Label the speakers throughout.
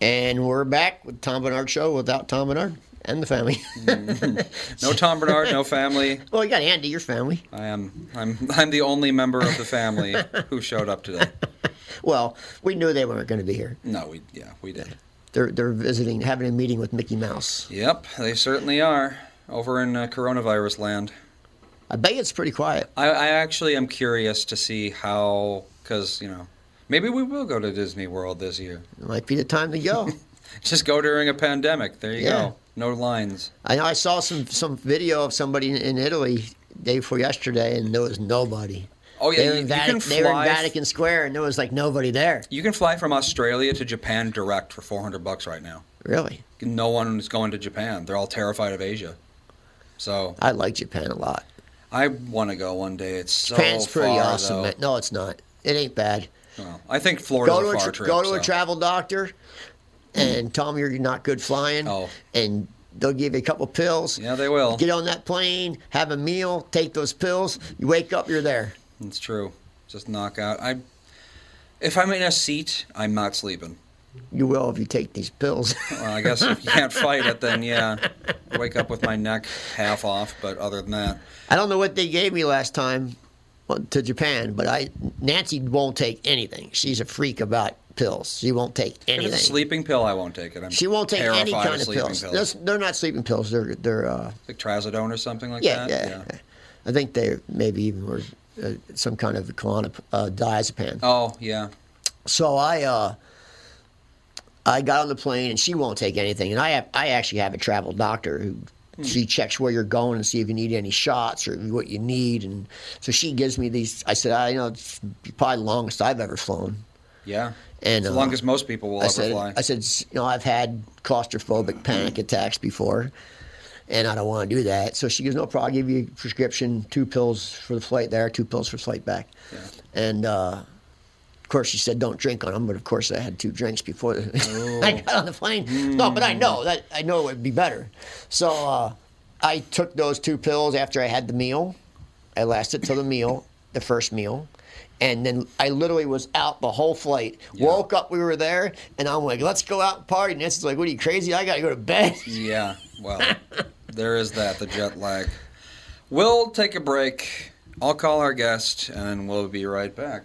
Speaker 1: And we're back with Tom Bernard Show without Tom Bernard and the family.
Speaker 2: No Tom Bernard, no family.
Speaker 1: well, you got Andy, your family.
Speaker 2: I am I'm I'm the only member of the family who showed up today.
Speaker 1: Well, we knew they weren't going to be here.
Speaker 2: No, we yeah, we did.
Speaker 1: They're they're visiting, having a meeting with Mickey Mouse.
Speaker 2: Yep, they certainly are over in uh, coronavirus land.
Speaker 1: I bet it's pretty quiet.
Speaker 2: I, I actually am curious to see how cuz, you know, maybe we will go to Disney World this year.
Speaker 1: It might be the time to go.
Speaker 2: Just go during a pandemic. There you
Speaker 1: Yeah.
Speaker 2: go. No lines.
Speaker 1: I know I saw some some video of somebody in, in Italy day before yesterday, and there was nobody.
Speaker 2: Oh yeah,
Speaker 1: they were,
Speaker 2: you,
Speaker 1: in
Speaker 2: you
Speaker 1: Vatican,
Speaker 2: can
Speaker 1: they were in
Speaker 2: fly f-
Speaker 1: Vatican Square, and there was like nobody there.
Speaker 2: You can fly from Australia to Japan direct for 400 bucks right now.
Speaker 1: Really,
Speaker 2: No one is going to Japan. They're all terrified of Asia. So
Speaker 1: I like Japan a lot.
Speaker 2: I want to go one day. It's so
Speaker 1: Japan's pretty
Speaker 2: far,
Speaker 1: awesome.
Speaker 2: though.
Speaker 1: man. No, it's not. It ain't bad.
Speaker 2: Well, I think Florida's
Speaker 1: Go to
Speaker 2: a
Speaker 1: a
Speaker 2: far
Speaker 1: tra-
Speaker 2: trip.
Speaker 1: go to a
Speaker 2: so-
Speaker 1: travel doctor, and tell them you're not good flying,
Speaker 2: Oh.
Speaker 1: and they'll give you a couple pills.
Speaker 2: Yeah, they will.
Speaker 1: Get on that plane, have a meal, take those pills. You wake up, you're there.
Speaker 2: It's true. Just knock out. I, if I'm in a seat, I'm not sleeping.
Speaker 1: You will if you take these pills.
Speaker 2: Well, I guess if you can't fight it, then yeah, wake up with my neck half off. But other than that,
Speaker 1: I don't know what they gave me last time well, to Japan, but I Nancy won't take anything. She's a freak about pills. She won't take
Speaker 2: if
Speaker 1: anything.
Speaker 2: it's a sleeping pill, I won't take it. I'm
Speaker 1: she won't take
Speaker 2: terrified
Speaker 1: any kind of
Speaker 2: sleeping
Speaker 1: pills. That's- They're not sleeping pills. They're they're uh,
Speaker 2: Like trazodone or something like
Speaker 1: yeah,
Speaker 2: that.
Speaker 1: yeah I think they maybe even were uh, some kind of clonop, uh, diazepam.
Speaker 2: Oh yeah.
Speaker 1: So I uh, I got on the plane and she won't take anything. And I have I actually have a travel doctor who
Speaker 2: Hmm.
Speaker 1: she checks where you're going and see if you need any shots or what you need. And so she gives me these. I said, I know it's probably the longest I've ever flown.
Speaker 2: Yeah.
Speaker 1: And,
Speaker 2: it's the
Speaker 1: uh,
Speaker 2: longest most people will
Speaker 1: I
Speaker 2: ever
Speaker 1: said,
Speaker 2: fly.
Speaker 1: I said, "S- you know, I've had claustrophobic panic attacks before, and I don't want to do that. So she goes, no problem. I'll give you a prescription, two pills for the flight there, two pills for the flight back. And uh, of course, she said, don't drink on them. But of course, I had two drinks before I got on the plane. No, but I know that I know it would be better. So uh, I took those two pills after I had the meal. I lasted till the meal, the first meal. And then I literally was out the whole flight. Woke up, we were there, and I'm like, let's go out and party. And Nancy's like, what are you crazy? I got to go to bed.
Speaker 2: Yeah, well, there is that, the jet lag. We'll take a break. I'll call our guest and we'll be right back.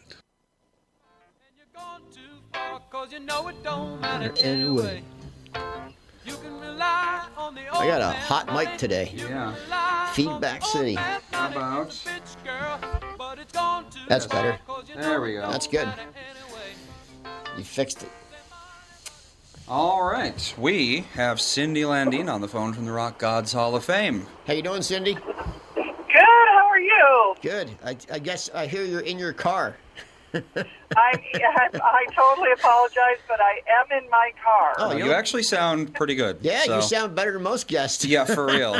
Speaker 1: Anyway. I got a hot mic today.
Speaker 2: Yeah.
Speaker 1: Feedback City.
Speaker 2: How about?
Speaker 1: That's better.
Speaker 2: There we go.
Speaker 1: That's good. You fixed it.
Speaker 2: All right. We have Cindy Landine on the phone from the Rock Gods Hall of Fame.
Speaker 1: How you doing, Cindy?
Speaker 3: Good. How are you?
Speaker 1: Good. I, I guess I hear you're in your car.
Speaker 3: I, I I totally apologize, but I am in my car.
Speaker 1: Oh,
Speaker 2: you
Speaker 1: you're-
Speaker 2: actually sound pretty good.
Speaker 1: Yeah,
Speaker 2: so-
Speaker 1: you sound better than most guests.
Speaker 2: Yeah, for real.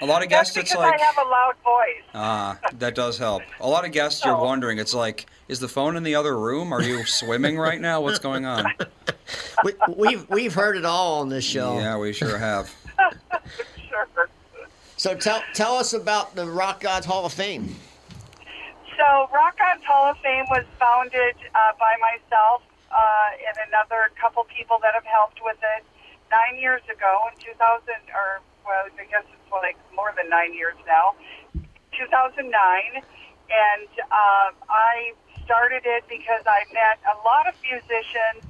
Speaker 2: A lot of
Speaker 3: That's
Speaker 2: guests,
Speaker 3: because
Speaker 2: it's like
Speaker 3: I have a loud voice.
Speaker 2: ah, that does help. A lot of guests, you're
Speaker 3: Oh.
Speaker 2: wondering, it's like, is the phone in the other room? Are you swimming right now? What's going on?
Speaker 1: We, we've we've heard it all on this show.
Speaker 2: Yeah, we sure have.
Speaker 3: Sure.
Speaker 1: So tell tell us about the Rock Gods Hall of Fame.
Speaker 3: So, Rock Gods Hall of Fame was founded uh, by myself uh, and another couple people that have helped with it nine years ago in 2000, or well, I guess it's like more than nine years now, 2009. And uh, I started it because I met a lot of musicians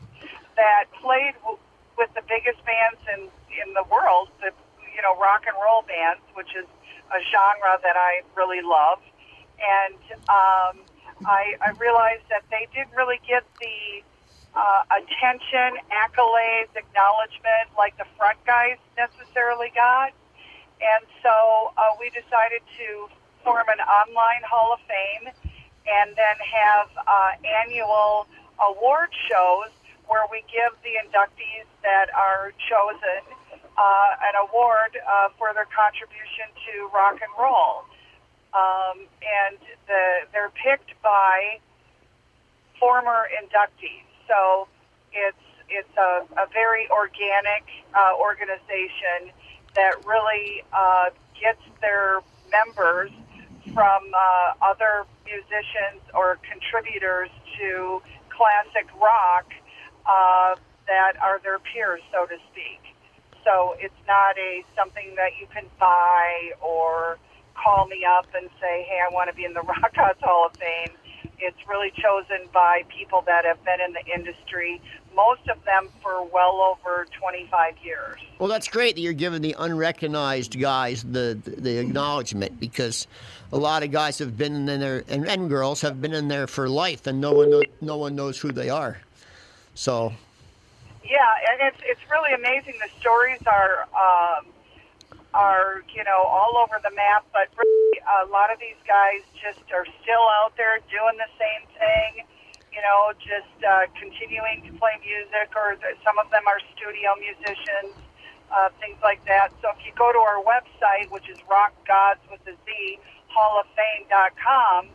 Speaker 3: that played w- with the biggest bands in, in the world, the, you know, rock and roll bands, which is a genre that I really love and um, I, I realized that they didn't really get the uh, attention, accolades, acknowledgement like the front guys necessarily got. And so uh, we decided to form an online Hall of Fame and then have uh, annual award shows where we give the inductees that are chosen uh, an award uh, for their contribution to rock and roll um, and the, they're picked by former inductees. So it's it's a, a very organic uh, organization that really uh, gets their members from uh, other musicians or contributors to classic rock uh, that are their peers, so to speak. So it's not a something that you can buy or call me up and say, "Hey, I want to be in the Rock House Hall of Fame." It's really chosen by people that have been in the industry, most of them for well over 25 years.
Speaker 1: Well, that's great that you're giving the unrecognized guys the the acknowledgement because a lot of guys have been in there and, and girls have been in there for life, and no one know, no one knows who they are. So
Speaker 3: Yeah, and it's it's really amazing. The stories are um, are you know all over the map, but really a lot of these guys just are still out there doing the same thing. You know, just uh, continuing to play music, or th- some of them are studio musicians, uh, things like that. So if you go to our website, which is Rock Gods with a Z Hall of Fame dot com,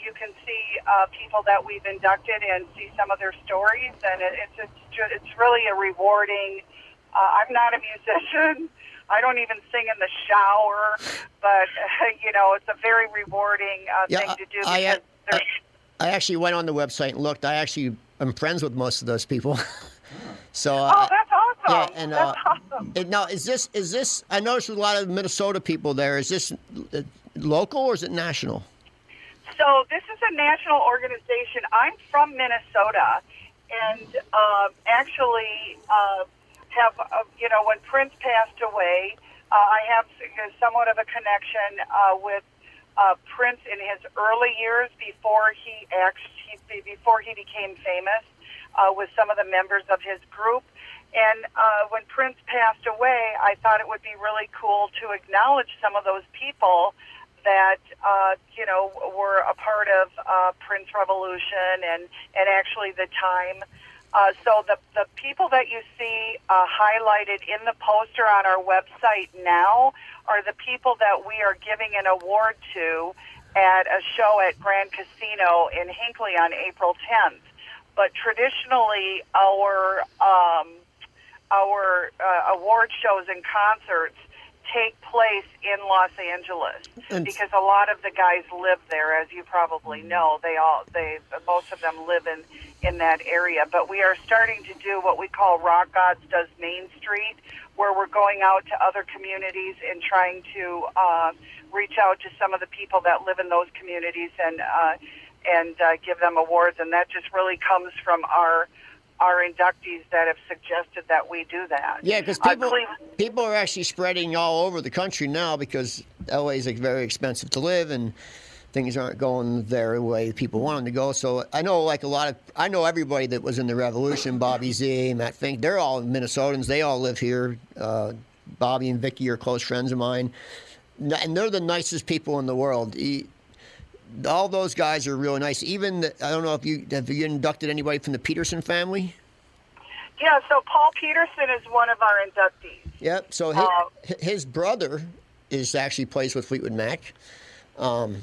Speaker 3: you can see uh, people that we've inducted and see some of their stories, and it, it's it's ju- it's really a rewarding. Uh, I'm not a musician. I don't even sing in the shower, but you know, it's a very rewarding uh,
Speaker 1: Yeah,
Speaker 3: thing to do
Speaker 1: I- I-
Speaker 3: because there's
Speaker 1: I actually went on the website and looked. I actually am friends with most of those people. so uh, I-
Speaker 3: oh, that's awesome.
Speaker 1: Yeah, and uh,
Speaker 3: that's awesome.
Speaker 1: it- now is this is this? I noticed a lot of Minnesota people there. Is this uh, local or is it national?
Speaker 3: So this is a national organization. I'm from Minnesota, and um actually uh, have uh, you know when Prince passed away, uh, I have somewhat of a connection uh, with uh, Prince in his early years before he actually before he became famous uh, with some of the members of his group. And uh, when Prince passed away, I thought it would be really cool to acknowledge some of those people that uh, you know were a part of uh, Prince Revolution and and actually the time. Uh, so the the people that you see uh, highlighted in the poster on our website now are the people that we are giving an award to at a show at Grand Casino in Hinckley on April 10th. but traditionally our um, our uh, award shows and concerts take place in Los Angeles
Speaker 1: And-
Speaker 3: because a lot of the guys live there, as you probably
Speaker 1: Mm.
Speaker 3: know. They all they most of them live in in that area. But we are starting to do what we call Rock Gods Does Main Street, where we're going out to other communities and trying to uh, reach out to some of the people that live in those communities and uh, and uh, give them awards. And that just really comes from our our inductees that have suggested that we do that.
Speaker 1: Yeah, because
Speaker 3: Uh,
Speaker 1: people
Speaker 3: Cleveland-
Speaker 1: people are actually spreading all over the country now because LA is like, very expensive to live and things aren't going their way people want them to go. So I know like a lot of I know everybody that was in the Revolution, Bobby Z, Matt Fink. They're all Minnesotans. They all live here. Uh, Bobby and Vicky are close friends of mine, N- and they're the nicest people in the world. E- All those guys are really nice. Even the, I don't know if you have you inducted anybody from the Peterson family.
Speaker 3: Yeah, so Paul Peterson is one of our inductees.
Speaker 1: Yep. So his,
Speaker 3: Uh,
Speaker 1: his brother is actually plays with Fleetwood Mac. Um,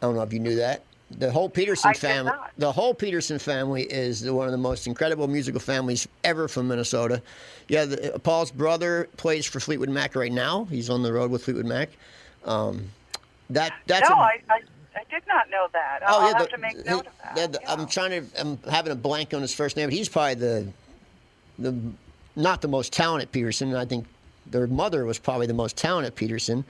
Speaker 1: I don't know if you knew that. The whole Peterson
Speaker 3: I did
Speaker 1: family.
Speaker 3: not.
Speaker 1: The whole Peterson family is the, one of the most incredible musical families ever from Minnesota. Yeah, the, uh, Paul's brother plays for Fleetwood Mac right now. He's on the road with Fleetwood Mac. Um, that that's
Speaker 3: no,
Speaker 1: a- Oh,
Speaker 3: I, I, I did not know that. I'll I'll have to make
Speaker 1: he-
Speaker 3: note of that.
Speaker 1: yeah, the- um,
Speaker 3: yeah.
Speaker 1: I'm trying to. I'm having a blank on his first name, but he's probably the, the, not the most talented Peterson. I think their mother was probably the most talented Peterson,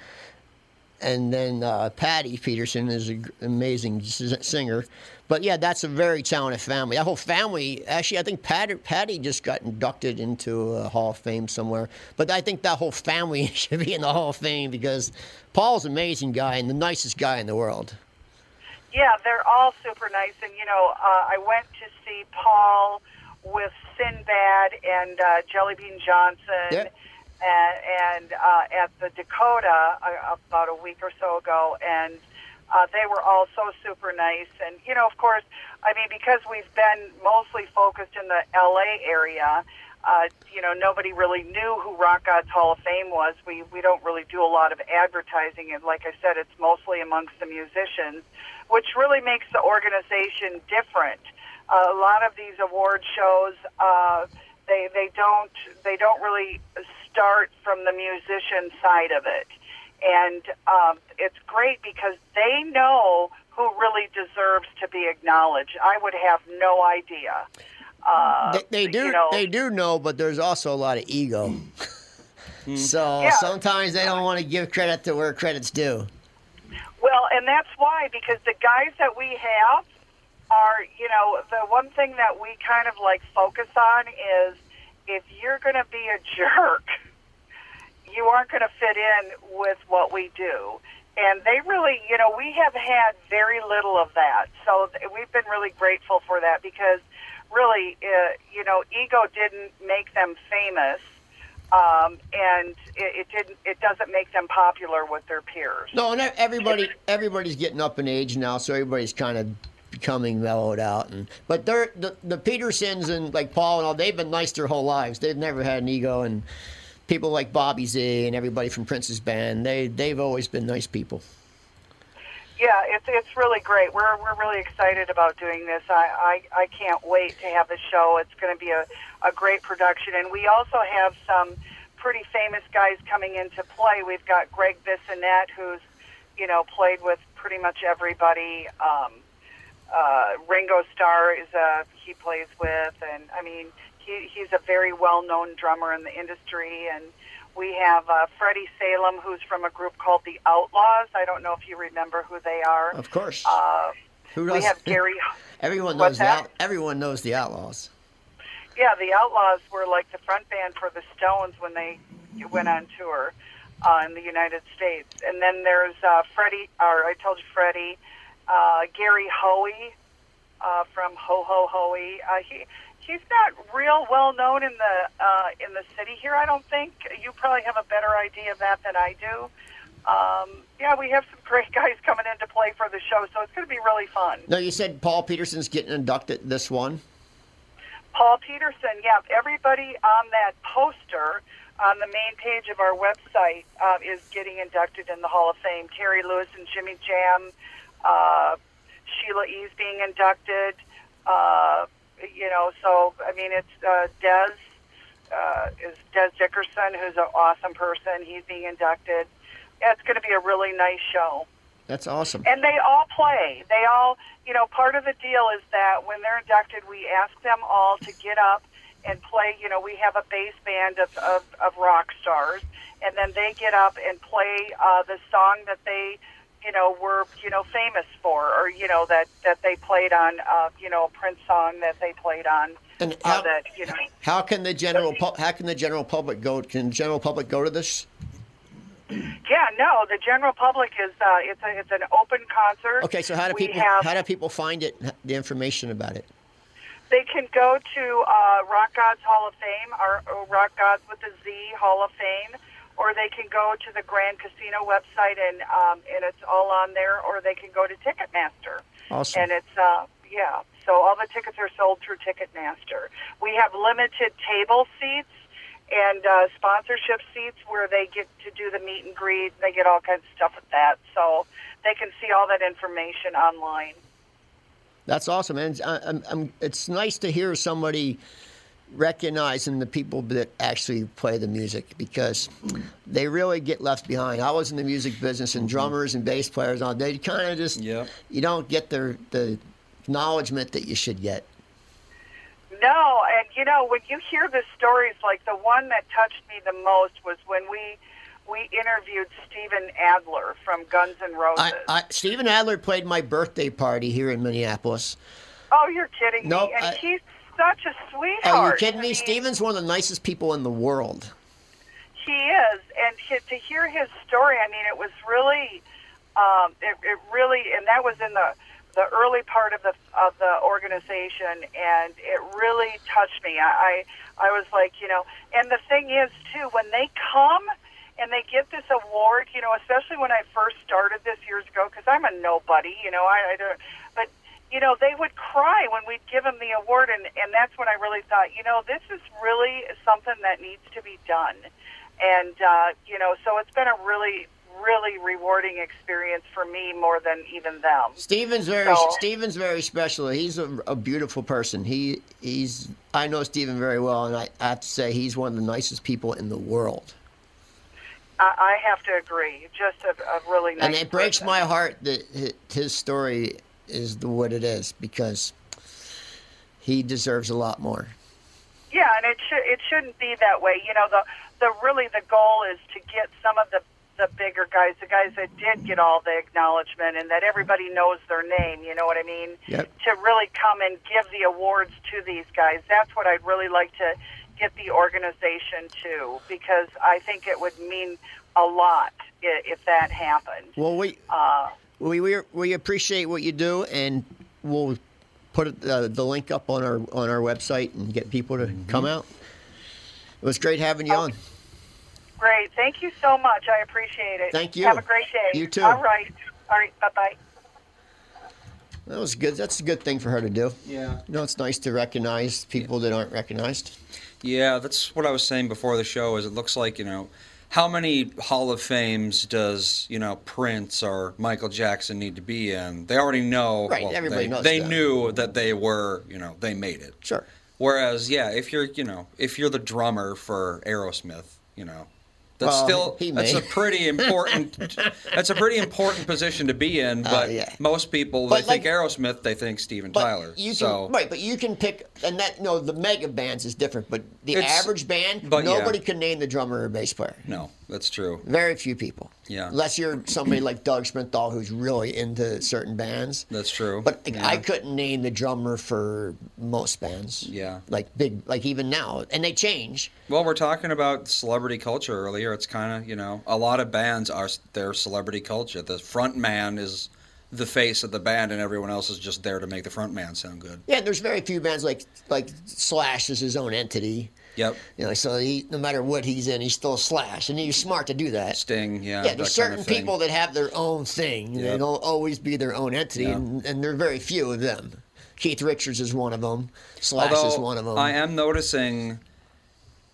Speaker 1: and then uh, Patty Peterson is an amazing s- singer. But yeah, that's a very talented family. That whole family, actually, I think Patty, Patty just got inducted into a Hall of Fame somewhere. But I think that whole family should be in the Hall of Fame because Paul's an amazing guy and the nicest guy in the world.
Speaker 3: Yeah, they're all super nice. And, you know, uh, I went to see Paul with Sinbad and uh, Jellybean Johnson
Speaker 1: Yeah.
Speaker 3: and, and uh, at the Dakota uh, about a week or so ago. And uh, they were all so super nice. And, you know, of course, I mean, because we've been mostly focused in the L.A. area. Uh, you know, nobody really knew who Rock God's Hall of Fame was. We we don't really do a lot of advertising, and like I said, it's mostly amongst the musicians which really makes the organization different. Uh, a lot of these award shows, uh, they they don't they don't really start from the musician side of it, and um, it's great because they know who really deserves to be acknowledged. I would have no idea. Uh,
Speaker 1: they, they do
Speaker 3: You know,
Speaker 1: they do know, but there's also a lot of ego. Hmm. so
Speaker 3: Yeah.
Speaker 1: sometimes they don't want to give credit to where credit's due.
Speaker 3: Well, and that's why because the guys that we have are, you know, the one thing that we kind of like focus on is if you're going to be a jerk, you aren't going to fit in with what we do. And they really, you know, we have had very little of that. So th- we've been really grateful for that because really, uh, you know, ego didn't make them famous. Um, and it, it didn't. It doesn't make them popular with their peers.
Speaker 1: No, and everybody everybody's getting up in age now, so everybody's kind of becoming mellowed out. And but they're the, the Petersons and like Paul and all they've been nice their whole lives. They've never had an ego, and people like Bobby Z and everybody from Prince's band they they've always been nice people.
Speaker 3: Yeah, it's it's really great. We're we're really excited about doing this. I I, I can't wait to have the show. It's going to be a a great production, and we also have some pretty famous guys coming into play. We've got Greg Bissonette, who's you know played with pretty much everybody. Um, uh, Ringo Starr is a he plays with, and I mean he he's a very well known drummer in the industry, and we have uh, Freddie Salem, who's from a group called the Outlaws. I don't know if you remember who they are.
Speaker 1: Of course,
Speaker 3: Uh,
Speaker 1: Who
Speaker 3: we
Speaker 1: does-
Speaker 3: have Gary.
Speaker 1: everyone
Speaker 3: what's
Speaker 1: knows the
Speaker 3: that?
Speaker 1: out, everyone knows the Outlaws.
Speaker 3: Yeah, the Outlaws were like the front band for the Stones when they went on tour uh, in the United States. And then there's uh, Freddie, or I told you Freddie, uh, Gary Hoey uh, from Ho Ho Hoey. Uh, he he's not real well known in the uh, in the city here. I don't think you probably have a better idea of that than I do. Um, yeah, we have some great guys coming in to play for the show, so it's going to be really fun.
Speaker 1: No, you said Paul Peterson's getting inducted this one.
Speaker 3: Paul Peterson, yeah, everybody on that poster on the main page of our website uh, is getting inducted in the Hall of Fame. Terry Lewis and Jimmy Jam, uh, Sheila E's being inducted, uh, you know, so I mean, it's uh, Des uh, is Des Dickerson, who's an awesome person. He's being inducted. Yeah, it's going to be a really nice show.
Speaker 1: That's awesome.
Speaker 3: And they all play. They all, you know, part of the deal is that when they're inducted, we ask them all to get up and play. You know, we have a bass band of, of, of rock stars, and then they get up and play uh, the song that they, you know, were, you know, famous for, or, you know, that, that they played on, uh, you know, a Prince song that they played on.
Speaker 1: And
Speaker 3: uh,
Speaker 1: how-
Speaker 3: that, you know,
Speaker 1: How can the general pub- how can the general public go? Can the general public go to this?
Speaker 3: yeah, no, the general public is, uh, it's, a, it's an open concert.
Speaker 1: Okay, so how do
Speaker 3: We
Speaker 1: people
Speaker 3: have-
Speaker 1: how do people find it? The information about it.
Speaker 3: They can go to uh, Rock Gods Hall of Fame or, or Rock Gods with a Z Hall of Fame, or they can go to the Grand Casino website and um, and it's all on there, or they can go to Ticketmaster.
Speaker 1: Awesome.
Speaker 3: And it's uh, yeah, so all the tickets are sold through Ticketmaster. We have limited table seats and uh, sponsorship seats where they get to do the meet and greet. They get all kinds of stuff with that, so they can see all that information online.
Speaker 1: That's awesome, and I, I'm, I'm, it's nice to hear somebody recognizing the people that actually play the music because they really get left behind. I was in the music business, and drummers and bass players, all they kind of just
Speaker 2: Yep.
Speaker 1: you don't get the the acknowledgement that you should get.
Speaker 3: No, and you know when you hear the stories, like the one that touched me the most was when we we interviewed Steven Adler from Guns N' Roses.
Speaker 1: I, I, Steven Adler played my birthday party here in Minneapolis.
Speaker 3: oh, you're kidding
Speaker 1: Nope,
Speaker 3: me! And
Speaker 1: I-
Speaker 3: he's such a sweetheart.
Speaker 1: Are you kidding
Speaker 3: I
Speaker 1: me?
Speaker 3: mean,
Speaker 1: Steven's one of the nicest people in the world.
Speaker 3: He is, and he, to hear his story, I mean, it was really, um, it, it really, and that was in the the early part of the of the organization, and it really touched me. I I, I was like, you know, and the thing is too, when they come and they get this award, you know, especially when I first started this years ago, because I'm a nobody, you know, I, I don't, but you know, they would cry when we'd give them the award, and, and that's when I really thought, you know, this is really something that needs to be done. And, uh, you know, so it's been a really, really rewarding experience for me more than even them.
Speaker 1: Steven's very
Speaker 3: So-
Speaker 1: Steven's very special. He's a, a beautiful person. He he's I know Steven very well, and I, I have to say he's one of the nicest people in the world.
Speaker 3: I, I have to agree. Just a, a really nice
Speaker 1: and it breaks
Speaker 3: person.
Speaker 1: my heart that hi- his story is the what it is because he deserves a lot more.
Speaker 3: Yeah, and it should it shouldn't be that way. You know, the the really the goal is to get some of the the bigger guys, the guys that did get all the acknowledgement and that everybody knows their name. You know what I mean?
Speaker 1: Yep.
Speaker 3: To really come and give the awards to these guys. That's what I'd really like to get the organization to because I think it would mean a lot if, if that happened.
Speaker 1: Well, we we, we we appreciate what you do, and we'll put uh, the link up on our on our website and get people to come out. It was great having you on.
Speaker 3: Great. Thank you so much. I appreciate it.
Speaker 1: Thank you.
Speaker 3: Have a great day.
Speaker 1: You too.
Speaker 3: All right. All right. Bye bye.
Speaker 1: That was good. That's a good thing for her to do.
Speaker 2: Yeah.
Speaker 1: You know, it's nice to recognize people that aren't recognized.
Speaker 2: Yeah, that's what I was saying before the show. Is it looks like you know, how many Hall of Fames does you know Prince or Michael Jackson need to be in? They already know.
Speaker 1: Right, everybody
Speaker 2: they,
Speaker 1: knows
Speaker 2: They
Speaker 1: that.
Speaker 2: knew that they were you know they made it.
Speaker 1: Sure.
Speaker 2: Whereas yeah, if you're you know if you're the drummer for Aerosmith, you know. That's
Speaker 1: Well,
Speaker 2: still
Speaker 1: he
Speaker 2: that's a
Speaker 1: may.
Speaker 2: pretty important that's a pretty important position to be in, but
Speaker 1: Uh, yeah.
Speaker 2: most people
Speaker 1: But
Speaker 2: they
Speaker 1: like-
Speaker 2: think Aerosmith, they think Steven
Speaker 1: But
Speaker 2: Tyler.
Speaker 1: you can
Speaker 2: so
Speaker 1: right, but you can pick and that no, the mega bands is different, but the
Speaker 2: It's-
Speaker 1: average band,
Speaker 2: but yeah.
Speaker 1: nobody can name the drummer or bass player.
Speaker 2: no, that's true.
Speaker 1: Very few people.
Speaker 2: Yeah.
Speaker 1: Unless you're somebody like Doug Sprinthal who's really into certain bands.
Speaker 2: That's true.
Speaker 1: But like, I
Speaker 2: Yeah.
Speaker 1: couldn't name the drummer for most bands.
Speaker 2: Yeah.
Speaker 1: Like big like even now. And they change.
Speaker 2: Well, we're talking about celebrity culture earlier. It's kind of you know a lot of bands are their celebrity culture. The front man is the face of the band, and everyone else is just there to make the front man sound good.
Speaker 1: Yeah, there's very few bands like like Slash is his own entity.
Speaker 2: Yep.
Speaker 1: You know, so he, no matter what he's in, he's still Slash, and he's smart to do that.
Speaker 2: Sting. Yeah.
Speaker 1: yeah,
Speaker 2: that
Speaker 1: there's certain
Speaker 2: kind of thing.
Speaker 1: people that have their own thing. They
Speaker 2: Yep.
Speaker 1: don't always be their own entity, and, and there are very few of them. Keith Richards is one of them. Slash
Speaker 2: Although
Speaker 1: is one of them.
Speaker 2: I am noticing.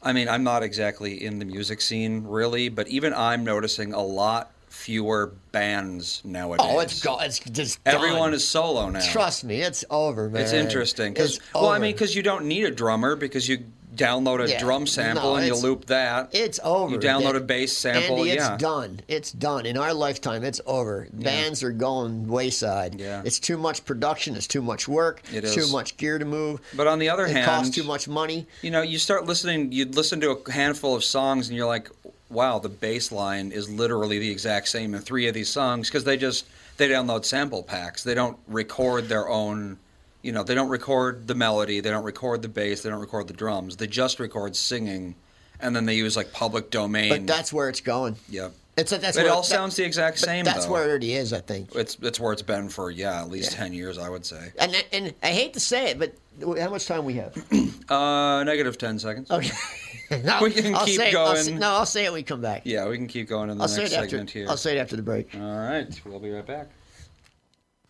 Speaker 2: I mean, I'm not exactly in the music scene really, but even I'm noticing a lot fewer bands nowadays.
Speaker 1: Oh, it's gone. It's just
Speaker 2: Everyone
Speaker 1: gone.
Speaker 2: is solo now.
Speaker 1: Trust me, it's over, man.
Speaker 2: It's interesting. 'cause-
Speaker 1: It's
Speaker 2: well, I
Speaker 1: over.
Speaker 2: mean, because you don't need a drummer because you download a
Speaker 1: Yeah,
Speaker 2: drum sample
Speaker 1: no,
Speaker 2: and you
Speaker 1: it's-
Speaker 2: loop that.
Speaker 1: It's over.
Speaker 2: You download
Speaker 1: That-
Speaker 2: a bass sample.
Speaker 1: Andy,
Speaker 2: yeah.
Speaker 1: it's done. It's done. In our lifetime, it's over. Bands are going wayside.
Speaker 2: Yeah.
Speaker 1: It's too much production. It's too much work.
Speaker 2: It
Speaker 1: it's
Speaker 2: is.
Speaker 1: Too much gear to move.
Speaker 2: But on the other
Speaker 1: it
Speaker 2: hand,
Speaker 1: costs too much money.
Speaker 2: You know, you start listening. You listen to a handful of songs, and you're like, "Wow, the bass line is literally the exact same in three of these songs." Because they just they download sample packs. They don't record their own. You know, they don't record the melody. They don't record the bass. They don't record the drums. They just record singing, and then they use like public domain.
Speaker 1: But that's where it's going.
Speaker 2: yeah.
Speaker 1: It's that's
Speaker 2: it
Speaker 1: where
Speaker 2: all
Speaker 1: that-
Speaker 2: sounds the exact
Speaker 1: but
Speaker 2: same.
Speaker 1: That's
Speaker 2: though.
Speaker 1: where it already is, I think.
Speaker 2: it's it's where it's been for yeah at least ten years, I would say.
Speaker 1: And and I hate to say it, but how much time we have?
Speaker 2: Uh, negative ten seconds.
Speaker 1: Okay. No,
Speaker 2: We can
Speaker 1: I'll
Speaker 2: keep
Speaker 1: say it- I'll say-
Speaker 2: going.
Speaker 1: no, I'll say it. when We come back.
Speaker 2: Yeah, we can keep going in the
Speaker 1: I'll say
Speaker 2: next
Speaker 1: it after.
Speaker 2: segment here.
Speaker 1: I'll say it after the break.
Speaker 2: All right, we'll be right back.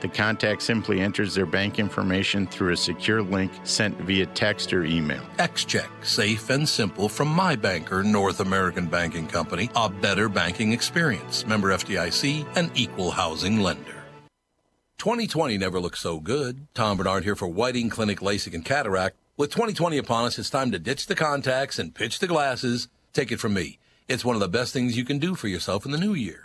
Speaker 4: the contact simply enters their bank information through a secure link sent via text or email.
Speaker 5: XCheck, safe and simple from my banker, North American Banking Company, a better banking experience. Member FDIC, an equal housing lender. 2020 never looked so good. Tom Bernard here for Whiting Clinic LASIK and Cataract. With 2020 upon us, it's time to ditch the contacts and pitch the glasses. Take it from me. It's one of the best things you can do for yourself in the new year.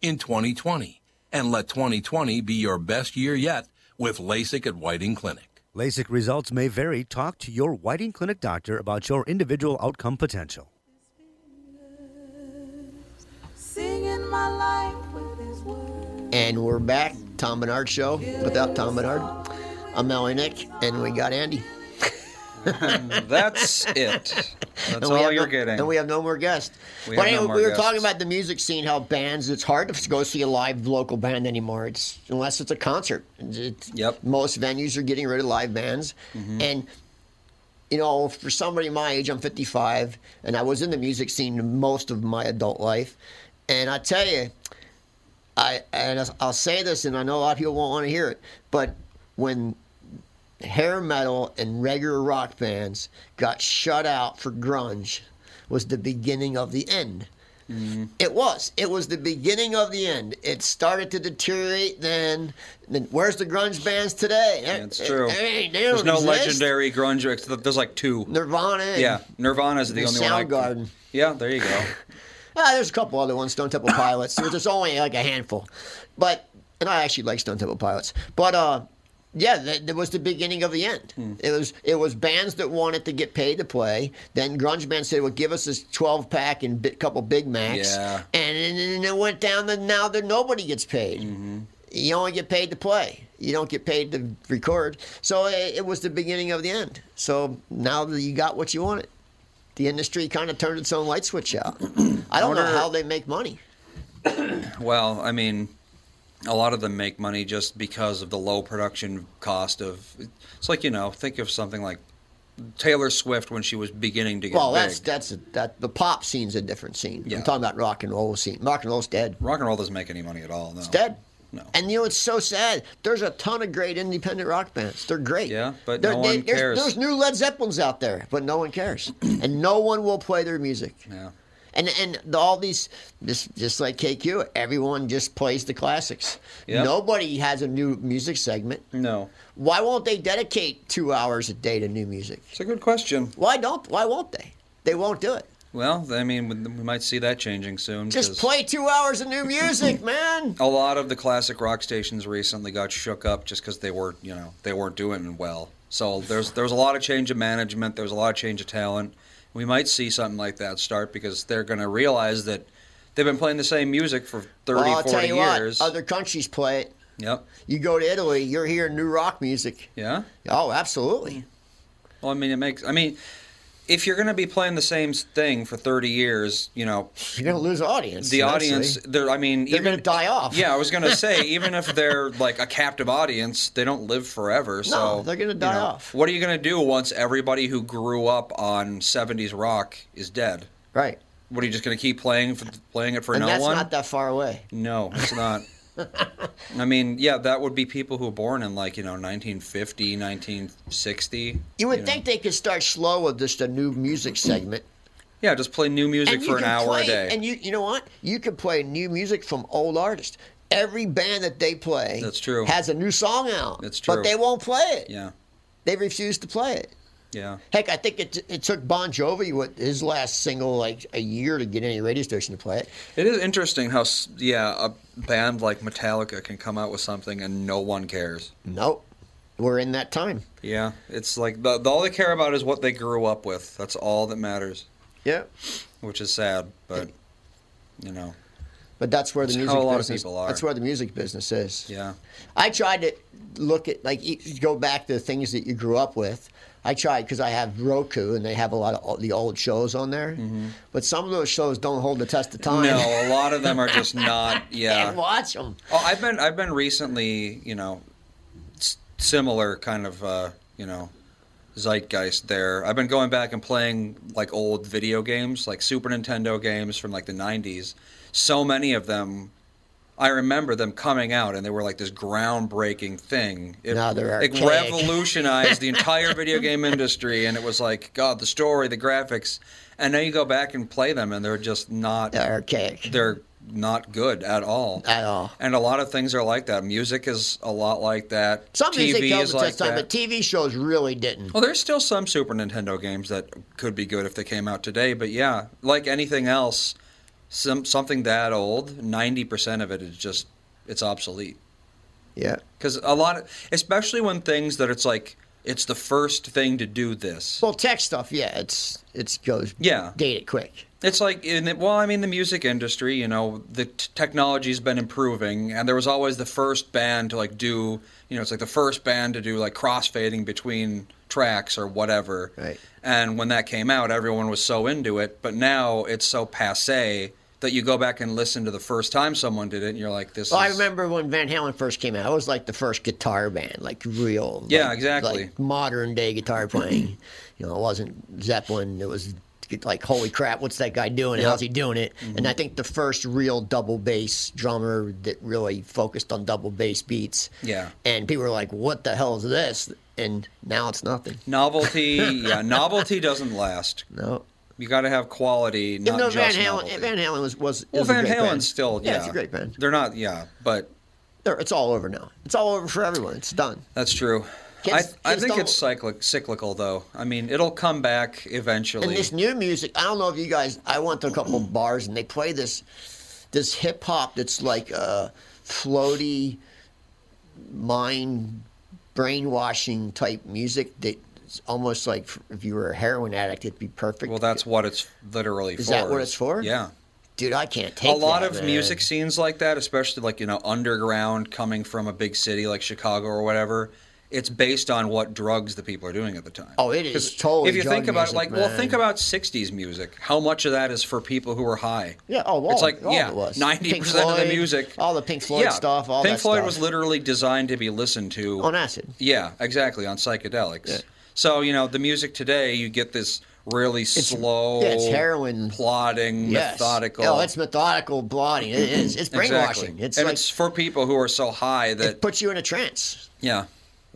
Speaker 5: in 2020 and let 2020 be your best year yet with LASIK at Whiting Clinic.
Speaker 6: LASIK results may vary. Talk to your Whiting Clinic doctor about your individual outcome potential.
Speaker 7: Singing my life with his words.
Speaker 1: And we're back, Tom Bernard Show, without Tom Bernard. I'm Melly Nick, and we got Andy.
Speaker 2: That's it. That's
Speaker 1: And we
Speaker 2: all
Speaker 1: have
Speaker 2: you're
Speaker 1: no,
Speaker 2: getting.
Speaker 1: And we have no more guests.
Speaker 2: We
Speaker 1: but
Speaker 2: have no
Speaker 1: anyway,
Speaker 2: more
Speaker 1: we were
Speaker 2: guests.
Speaker 1: talking about the music scene, how bands, it's hard to go see a live local band anymore. It's Unless it's a concert. It's-
Speaker 2: Yep. Mm-hmm.
Speaker 1: Most venues are getting rid of live bands. And, you know, for somebody my age, I'm 55, and I was in the music scene most of my adult life. And I tell you, I and I'll say this, and I know a lot of people won't want to hear it, but when hair metal and regular rock bands got shut out for grunge, was the beginning of the end.
Speaker 2: Mm-hmm.
Speaker 1: It was. It was the beginning of the end. It started to deteriorate. Then, then where's the grunge bands today?
Speaker 2: That's true.
Speaker 1: Hey, they
Speaker 2: There's
Speaker 1: don't
Speaker 2: no
Speaker 1: exist.
Speaker 2: legendary grunge. ex- There's like two.
Speaker 1: Nirvana. and-
Speaker 2: yeah, Nirvana's the
Speaker 1: and
Speaker 2: only one. I-
Speaker 1: Soundgarden.
Speaker 2: Yeah, there you go.
Speaker 1: Ah, there's a couple other ones, Stone Temple Pilots. There's just only like a handful, but and I actually like Stone Temple Pilots. But uh, yeah, that, that was the beginning of the end. It was it was bands that wanted to get paid to play. Then grunge bands said, "Well, give us this 12 pack and bit, couple Big Macs,"
Speaker 2: Yeah.
Speaker 1: and, and, and it went down. And now that nobody gets paid. You only get paid to play. You don't get paid to record. So eh, it, it was the beginning of the end. So now that you got what you wanted the industry kind of turned its own light switch out. I don't know
Speaker 2: Wonder-
Speaker 1: how they make money.
Speaker 2: Well, I mean, a lot of them make money just because of the low production cost of. It's like you know, think of something like Taylor Swift when she was beginning to get
Speaker 1: Well,
Speaker 2: big.
Speaker 1: that's that's a, that the pop scene's a different scene.
Speaker 2: Yeah.
Speaker 1: I'm talking about rock and roll scene. Rock and roll's dead.
Speaker 2: Rock and roll doesn't make any money at all. No.
Speaker 1: It's dead.
Speaker 2: No.
Speaker 1: And you know it's so sad. There's a ton of great independent rock bands. They're great.
Speaker 2: Yeah, but
Speaker 1: They're-
Speaker 2: no one
Speaker 1: there's,
Speaker 2: cares.
Speaker 1: There's new Led Zeppelins out there, but no one cares, and no one will play their music.
Speaker 2: Yeah.
Speaker 1: And and the- all these just just like KQ, everyone just plays the classics.
Speaker 2: Yep.
Speaker 1: Nobody has a new music segment.
Speaker 2: No.
Speaker 1: Why won't they dedicate two hours a day to new music?
Speaker 2: It's a good question.
Speaker 1: Why don't? Why won't they? They won't do it.
Speaker 2: Well, I mean, we we might see that changing soon.
Speaker 1: Just
Speaker 2: 'cause
Speaker 1: play two hours of new music, man.
Speaker 2: A lot of the classic rock stations recently got shook up just because they were, you know, they weren't doing well. So there's there was a lot of change of management. There was a lot of change of talent. We might see something like that start because they're going to realize that they've been playing the same music for 30,
Speaker 1: Well, I'll
Speaker 2: 40
Speaker 1: tell you
Speaker 2: years.
Speaker 1: what, other countries play it.
Speaker 2: Yep.
Speaker 1: You go to Italy, you're hearing new rock music.
Speaker 2: Yeah.
Speaker 1: Oh, absolutely.
Speaker 2: Well, I mean, it makes. I mean, if you're going to be playing the same thing for 30 years, you know,
Speaker 1: You're gonna lose audience.
Speaker 2: the
Speaker 1: honestly.
Speaker 2: audience. They're. I mean,
Speaker 1: they're
Speaker 2: even
Speaker 1: gonna die off.
Speaker 2: Yeah, I was gonna say, even if they're like a captive audience, they don't live forever. So
Speaker 1: they're gonna
Speaker 2: you
Speaker 1: die
Speaker 2: know,
Speaker 1: off.
Speaker 2: What are you gonna do once everybody who grew up on '70s rock is dead?
Speaker 1: Right.
Speaker 2: What are you just gonna keep playing for, playing it for
Speaker 1: And
Speaker 2: no
Speaker 1: that's
Speaker 2: one?
Speaker 1: not that far away.
Speaker 2: no, it's not. I mean, yeah, that would be people who were born in like you know 1950, 1960.
Speaker 1: You would
Speaker 2: know.
Speaker 1: think they could start slow with just a new music segment.
Speaker 2: Yeah, just play new music
Speaker 1: And you
Speaker 2: for an
Speaker 1: can
Speaker 2: hour
Speaker 1: play,
Speaker 2: a day.
Speaker 1: And you you know what? You can play new music from old artists. Every band that they play
Speaker 2: That's true.
Speaker 1: has a new song out.
Speaker 2: That's
Speaker 1: But
Speaker 2: true.
Speaker 1: they won't play it.
Speaker 2: yeah,
Speaker 1: They refuse to play it.
Speaker 2: yeah.
Speaker 1: Heck, I think it, it took Bon Jovi with his last single like a year to get any radio station to play it.
Speaker 2: It is interesting how s- yeah a band like Metallica can come out with something and no one cares.
Speaker 1: Nope. We're in that time.
Speaker 2: Yeah, it's like the, the all they care about is what they grew up with. That's all that matters,
Speaker 1: Yeah.
Speaker 2: which is sad, but you know,
Speaker 1: But that's where the
Speaker 2: That's
Speaker 1: music
Speaker 2: how a lot of
Speaker 1: business,
Speaker 2: people are.
Speaker 1: That's where the music business is.
Speaker 2: yeah,
Speaker 1: I tried to look at like e- go back to things that you grew up with. I tried because I have Roku and they have a lot of all, the old shows on there, but some of those shows don't hold the test of time.
Speaker 2: Mm-hmm. no, a lot of them are just not. Yeah,
Speaker 1: and watch them.
Speaker 2: Oh, I've been I've been recently, you know, s- similar kind of uh, you know zeitgeist there. I've been going back and playing like old video games, like Super Nintendo games from like the 90s. So many of them I remember them coming out and they were like this groundbreaking thing. It,
Speaker 1: Now they're
Speaker 2: it
Speaker 1: archaic.
Speaker 2: revolutionized the entire video game industry and it was like god, the story, the graphics. And now you go back and play them and they're just not
Speaker 1: They're archaic.
Speaker 2: they're not good at all.
Speaker 1: At all.
Speaker 2: And a lot of things are like that. Music is a lot like that.
Speaker 1: Some
Speaker 2: TV
Speaker 1: music held
Speaker 2: is
Speaker 1: the
Speaker 2: like
Speaker 1: test of time,
Speaker 2: that.
Speaker 1: but TV shows really didn't.
Speaker 2: well, there's still some Super Nintendo games that could be good if they came out today, but yeah, like anything else, some something that old, 90% of it is just it's obsolete.
Speaker 1: Yeah.
Speaker 2: Cuz a lot of especially when things that it's like it's the first thing to do this.
Speaker 1: Well, tech stuff, yeah, it's it's goes
Speaker 2: Yeah.
Speaker 1: date it quick.
Speaker 2: It's like in the, well, I mean, the music industry. You know, the t- technology's been improving, and there was always the first band to like do. You know, it's like the first band to do like crossfading between tracks or whatever.
Speaker 1: Right.
Speaker 2: And when that came out, everyone was so into it. But now it's so passe that you go back and listen to the first time someone did it, and you're like, "This."
Speaker 1: Well, I
Speaker 2: is-
Speaker 1: remember when Van Halen first came out. I was like the first guitar band, like real.
Speaker 2: Yeah,
Speaker 1: like-
Speaker 2: exactly.
Speaker 1: Like modern day guitar playing. you know, it wasn't Zeppelin. It was like, holy crap, what's that guy doing? How's he doing it?
Speaker 2: Mm-hmm.
Speaker 1: And I think the first real double bass drummer that really focused on double bass beats.
Speaker 2: Yeah.
Speaker 1: And people were like, what the hell is this? And now it's nothing.
Speaker 2: Novelty, yeah, novelty doesn't last.
Speaker 1: No.
Speaker 2: You got to have quality,
Speaker 1: Even
Speaker 2: not
Speaker 1: though Van
Speaker 2: just
Speaker 1: Halen,
Speaker 2: novelty.
Speaker 1: Van Halen was was
Speaker 2: well,
Speaker 1: is a
Speaker 2: Van
Speaker 1: great
Speaker 2: Halen's
Speaker 1: band.
Speaker 2: still, yeah,
Speaker 1: it's a great band.
Speaker 2: They're not, yeah, but
Speaker 1: They're- It's all over now. It's all over for everyone. It's done.
Speaker 2: That's true.
Speaker 1: Kids-
Speaker 2: I, I
Speaker 1: kids
Speaker 2: think
Speaker 1: don't-
Speaker 2: it's cyclic, cyclical, though. I mean, it'll come back eventually.
Speaker 1: And this new music, I don't know if you guys. I went to a couple of bars and they play this this hip hop that's like a floaty, mind brainwashing type music that's almost like if you were a heroin addict, it'd be perfect.
Speaker 2: well, that's what it's literally for.
Speaker 1: Is that what it's for?
Speaker 2: Yeah.
Speaker 1: dude, I can't take
Speaker 2: A lot
Speaker 1: that,
Speaker 2: of
Speaker 1: man.
Speaker 2: music scenes like that, especially like, you know, underground coming from a big city like Chicago or whatever, it's based on what drugs the people are doing at the time.
Speaker 1: Oh, it
Speaker 2: 'Cause
Speaker 1: is totally.
Speaker 2: If you
Speaker 1: drug
Speaker 2: think about
Speaker 1: music,
Speaker 2: like, well,
Speaker 1: man.
Speaker 2: think about 60s music. How much of that is for people who are high?
Speaker 1: Yeah, oh, all,
Speaker 2: it's like
Speaker 1: all
Speaker 2: yeah,
Speaker 1: it was.
Speaker 2: 90%
Speaker 1: Pink
Speaker 2: of the
Speaker 1: Floyd,
Speaker 2: music.
Speaker 1: all the Pink Floyd
Speaker 2: yeah,
Speaker 1: stuff, all
Speaker 2: Pink
Speaker 1: that
Speaker 2: Floyd
Speaker 1: stuff.
Speaker 2: was literally designed to be listened to
Speaker 1: on acid.
Speaker 2: Yeah, exactly, on psychedelics.
Speaker 1: Yeah.
Speaker 2: So, you know, the music today, you get this really slow,
Speaker 1: yeah, it's heroin.
Speaker 2: plotting,
Speaker 1: Yes.
Speaker 2: methodical.
Speaker 1: Oh, it's methodical blotting. It is. It's brainwashing.
Speaker 2: Exactly.
Speaker 1: It's
Speaker 2: and
Speaker 1: like
Speaker 2: it's for people who are so high that,
Speaker 1: it puts you in a trance.
Speaker 2: yeah,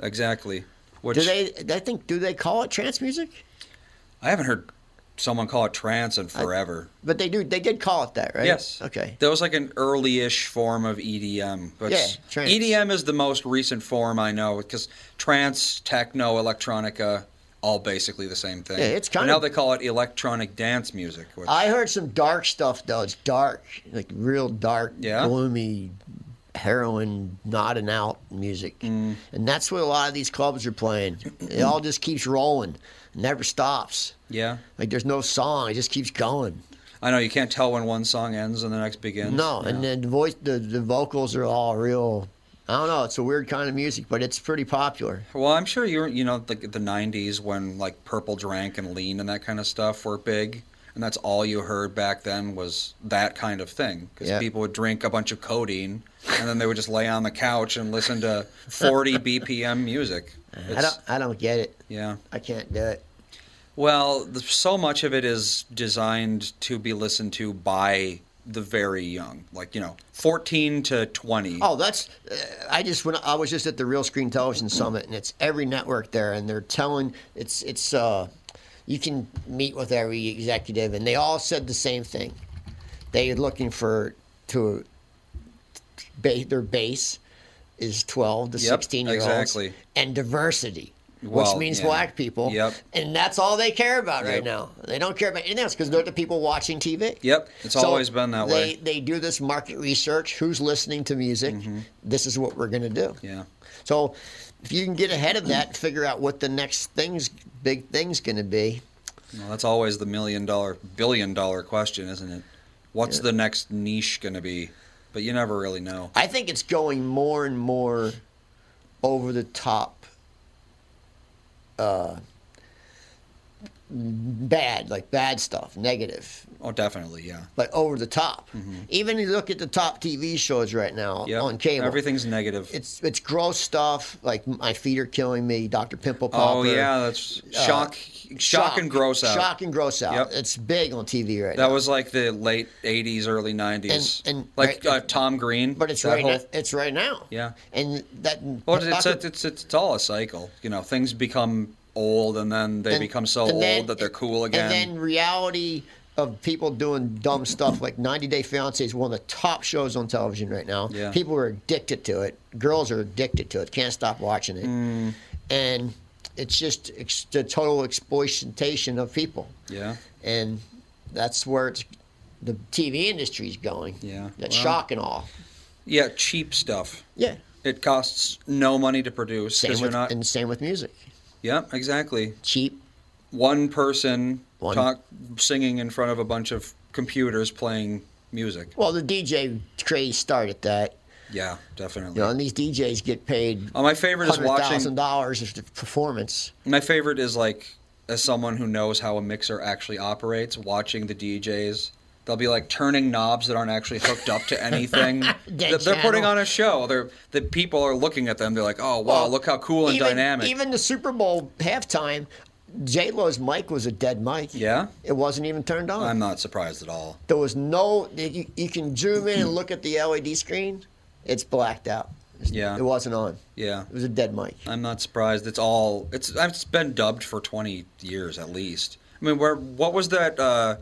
Speaker 2: exactly. Which
Speaker 1: Do they? I think. Do they call it trance music?
Speaker 2: I haven't heard someone call it trance and forever.
Speaker 1: But they do. They did call it that, right?
Speaker 2: Yes.
Speaker 1: Okay.
Speaker 2: That was like an early-ish form of E EDM. But
Speaker 1: Yeah, trance.
Speaker 2: EDM E is the most recent form I know because trance, techno, electronica, all basically the same thing.
Speaker 1: Yeah, it's
Speaker 2: And
Speaker 1: kind
Speaker 2: now
Speaker 1: of-
Speaker 2: they call it electronic dance music. Which,
Speaker 1: I heard some dark stuff though. It's dark, like real dark,
Speaker 2: Yeah?
Speaker 1: gloomy, heroin, nodding out music,
Speaker 2: Mm.
Speaker 1: and that's what a lot of these clubs are playing. It all just keeps rolling, never stops.
Speaker 2: yeah,
Speaker 1: Like there's no song; it just keeps going.
Speaker 2: I know you can't tell when one song ends and the next begins.
Speaker 1: No, and then the voice, the, the vocals are all real. I don't know. It's a weird kind of music, but it's pretty popular.
Speaker 2: Well, I'm sure you're, you know, the, the 90s when like Purple Drank and Lean and that kind of stuff were big. And that's all you heard back then was that kind of thing. Because
Speaker 1: Yeah.
Speaker 2: people would drink a bunch of codeine and then they would just lay on the couch and listen to 40 BPM music.
Speaker 1: Uh-huh. I
Speaker 2: It's-
Speaker 1: don't, I don't get it.
Speaker 2: yeah.
Speaker 1: I can't do it.
Speaker 2: Well, the, so much of it is designed to be listened to by the very young, like, you know, 14 to 20.
Speaker 1: Oh, that's. Uh, I just when I was just at the Real Screen Television Summit, and it's every network there, and they're telling it's it's. Uh, you can meet with every executive, and they all said the same thing. They're looking for to. Ba- their base is twelve to
Speaker 2: Yep,
Speaker 1: sixteen year olds,
Speaker 2: exactly.
Speaker 1: and diversity.
Speaker 2: Well,
Speaker 1: which means
Speaker 2: yeah.
Speaker 1: black people,
Speaker 2: Yep.
Speaker 1: and that's all they care about
Speaker 2: Yep.
Speaker 1: right now. They don't care about anything else because they're the people watching TV.
Speaker 2: Yep, it's always been that
Speaker 1: they-
Speaker 2: way. Mm-hmm.
Speaker 1: They do this market research. Who's listening to music? This is what we're going to do.
Speaker 2: yeah.
Speaker 1: So, if you can get ahead of that, figure out what the next thing's big thing's going to be.
Speaker 2: Well, that's always the million dollar, billion dollar question, isn't it? What's the next niche going to be? But you never really know.
Speaker 1: I think it's going more and more over the top. Uh, bad, like bad stuff, negative.
Speaker 2: Oh, definitely, yeah.
Speaker 1: like over the top.
Speaker 2: Mm-hmm.
Speaker 1: Even you look at the top TV shows right now
Speaker 2: Yeah.
Speaker 1: on cable.
Speaker 2: Everything's negative.
Speaker 1: It's it's gross stuff. Like my feet are killing me. Doctor Pimple Popper.
Speaker 2: oh, yeah, that's
Speaker 1: uh,
Speaker 2: shock, shock, and gross out.
Speaker 1: Shock and gross out.
Speaker 2: Yep.
Speaker 1: It's big on TV right
Speaker 2: That
Speaker 1: now.
Speaker 2: was like the late '80s, early '90s,
Speaker 1: And- and-
Speaker 2: like
Speaker 1: right-
Speaker 2: uh, Tom Green.
Speaker 1: but it's
Speaker 2: that
Speaker 1: right
Speaker 2: whole-
Speaker 1: now. It's right now.
Speaker 2: Yeah.
Speaker 1: And that.
Speaker 2: Well, it's,
Speaker 1: Dr.
Speaker 2: it's, it's it's all a cycle. You know, things become old, and then they
Speaker 1: and-
Speaker 2: become so
Speaker 1: and
Speaker 2: old
Speaker 1: then-
Speaker 2: that they're cool again.
Speaker 1: And then reality of people doing dumb stuff like 90 Day Fiance is one of the top shows on television right now.
Speaker 2: Yeah.
Speaker 1: People are addicted to it. Girls are addicted to it. Can't stop watching it.
Speaker 2: Mm.
Speaker 1: And it's just ex- the total exploitation of people.
Speaker 2: yeah,
Speaker 1: And that's where it's, the TV industry's going.
Speaker 2: Yeah.
Speaker 1: That's
Speaker 2: Well-
Speaker 1: shock and all.
Speaker 2: yeah, cheap stuff.
Speaker 1: Yeah.
Speaker 2: It costs no money to produce
Speaker 1: Same
Speaker 2: because you're
Speaker 1: with,
Speaker 2: not.
Speaker 1: and same with music.
Speaker 2: yeah, exactly.
Speaker 1: Cheap.
Speaker 2: One person
Speaker 1: One-
Speaker 2: talk singing in front of a bunch of computers playing music.
Speaker 1: Well, the DJ craze started that.
Speaker 2: Yeah, definitely.
Speaker 1: You know, and these DJs get paid
Speaker 2: Uh, my favorite is
Speaker 1: hundred thousand
Speaker 2: watching.
Speaker 1: dollars of the performance.
Speaker 2: My favorite is like as someone who knows how a mixer actually operates, watching the DJs. They'll be like turning knobs that aren't actually hooked up to anything. they're, they're putting
Speaker 1: channel.
Speaker 2: on a show. They're the people are looking at them. They're like, "Oh wow, look how cool and
Speaker 1: even,
Speaker 2: dynamic."
Speaker 1: Even the Super Bowl halftime, J Lo's mic was a dead mic.
Speaker 2: Yeah?
Speaker 1: it wasn't even turned on.
Speaker 2: I'm not surprised at all.
Speaker 1: There was no. You, you can zoom in and look at the LED screen. It's blacked out. It's-
Speaker 2: Yeah.
Speaker 1: it wasn't on.
Speaker 2: Yeah,
Speaker 1: It was a dead mic.
Speaker 2: I'm not surprised. It's all it's. It's been dubbed for 20 years at least. I mean, where what was that? Uh,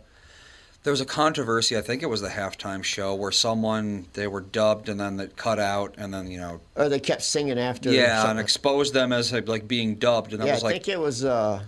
Speaker 2: there was a controversy. I think it was the halftime show where someone they were dubbed and then that cut out and then you know
Speaker 1: Or they kept singing after.
Speaker 2: yeah and
Speaker 1: something.
Speaker 2: exposed them as like, like being dubbed and that
Speaker 1: yeah. I
Speaker 2: was like
Speaker 1: think it was. Uh,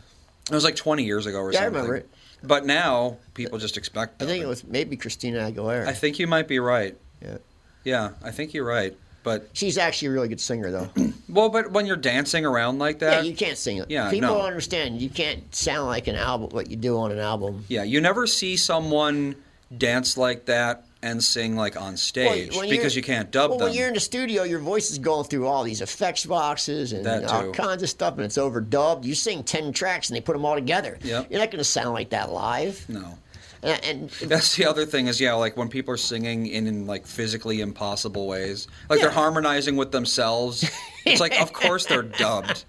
Speaker 2: it was like 20 years ago or
Speaker 1: Yeah, I
Speaker 2: something.
Speaker 1: remember it.
Speaker 2: But now people just expect.
Speaker 1: I think it
Speaker 2: dubbing.
Speaker 1: was maybe Christina Aguilera.
Speaker 2: I think you might be right.
Speaker 1: Yeah.
Speaker 2: Yeah, I think you're right. But
Speaker 1: She's actually a really good singer, though.
Speaker 2: well, but when you're dancing around like
Speaker 1: yeah,
Speaker 2: that,
Speaker 1: you can't sing it.
Speaker 2: yeah,
Speaker 1: people
Speaker 2: no.
Speaker 1: don't understand. You can't sound like an album. What you do on an album.
Speaker 2: Yeah, you never see someone dance like that and sing like on stage
Speaker 1: when
Speaker 2: because
Speaker 1: you're-
Speaker 2: you can't dub
Speaker 1: well,
Speaker 2: them.
Speaker 1: When you're in the studio, your voice is going through all these effects boxes and
Speaker 2: That
Speaker 1: all
Speaker 2: too.
Speaker 1: kinds of stuff, and it's overdubbed. You sing ten tracks and they put them all together.
Speaker 2: Yep.
Speaker 1: You're not going to sound like that live.
Speaker 2: no.
Speaker 1: And, and
Speaker 2: That's the other thing is yeah, like when people are singing in, in like physically impossible ways, like they're
Speaker 1: Yeah.
Speaker 2: harmonizing with themselves. it's like of course they're dubbed.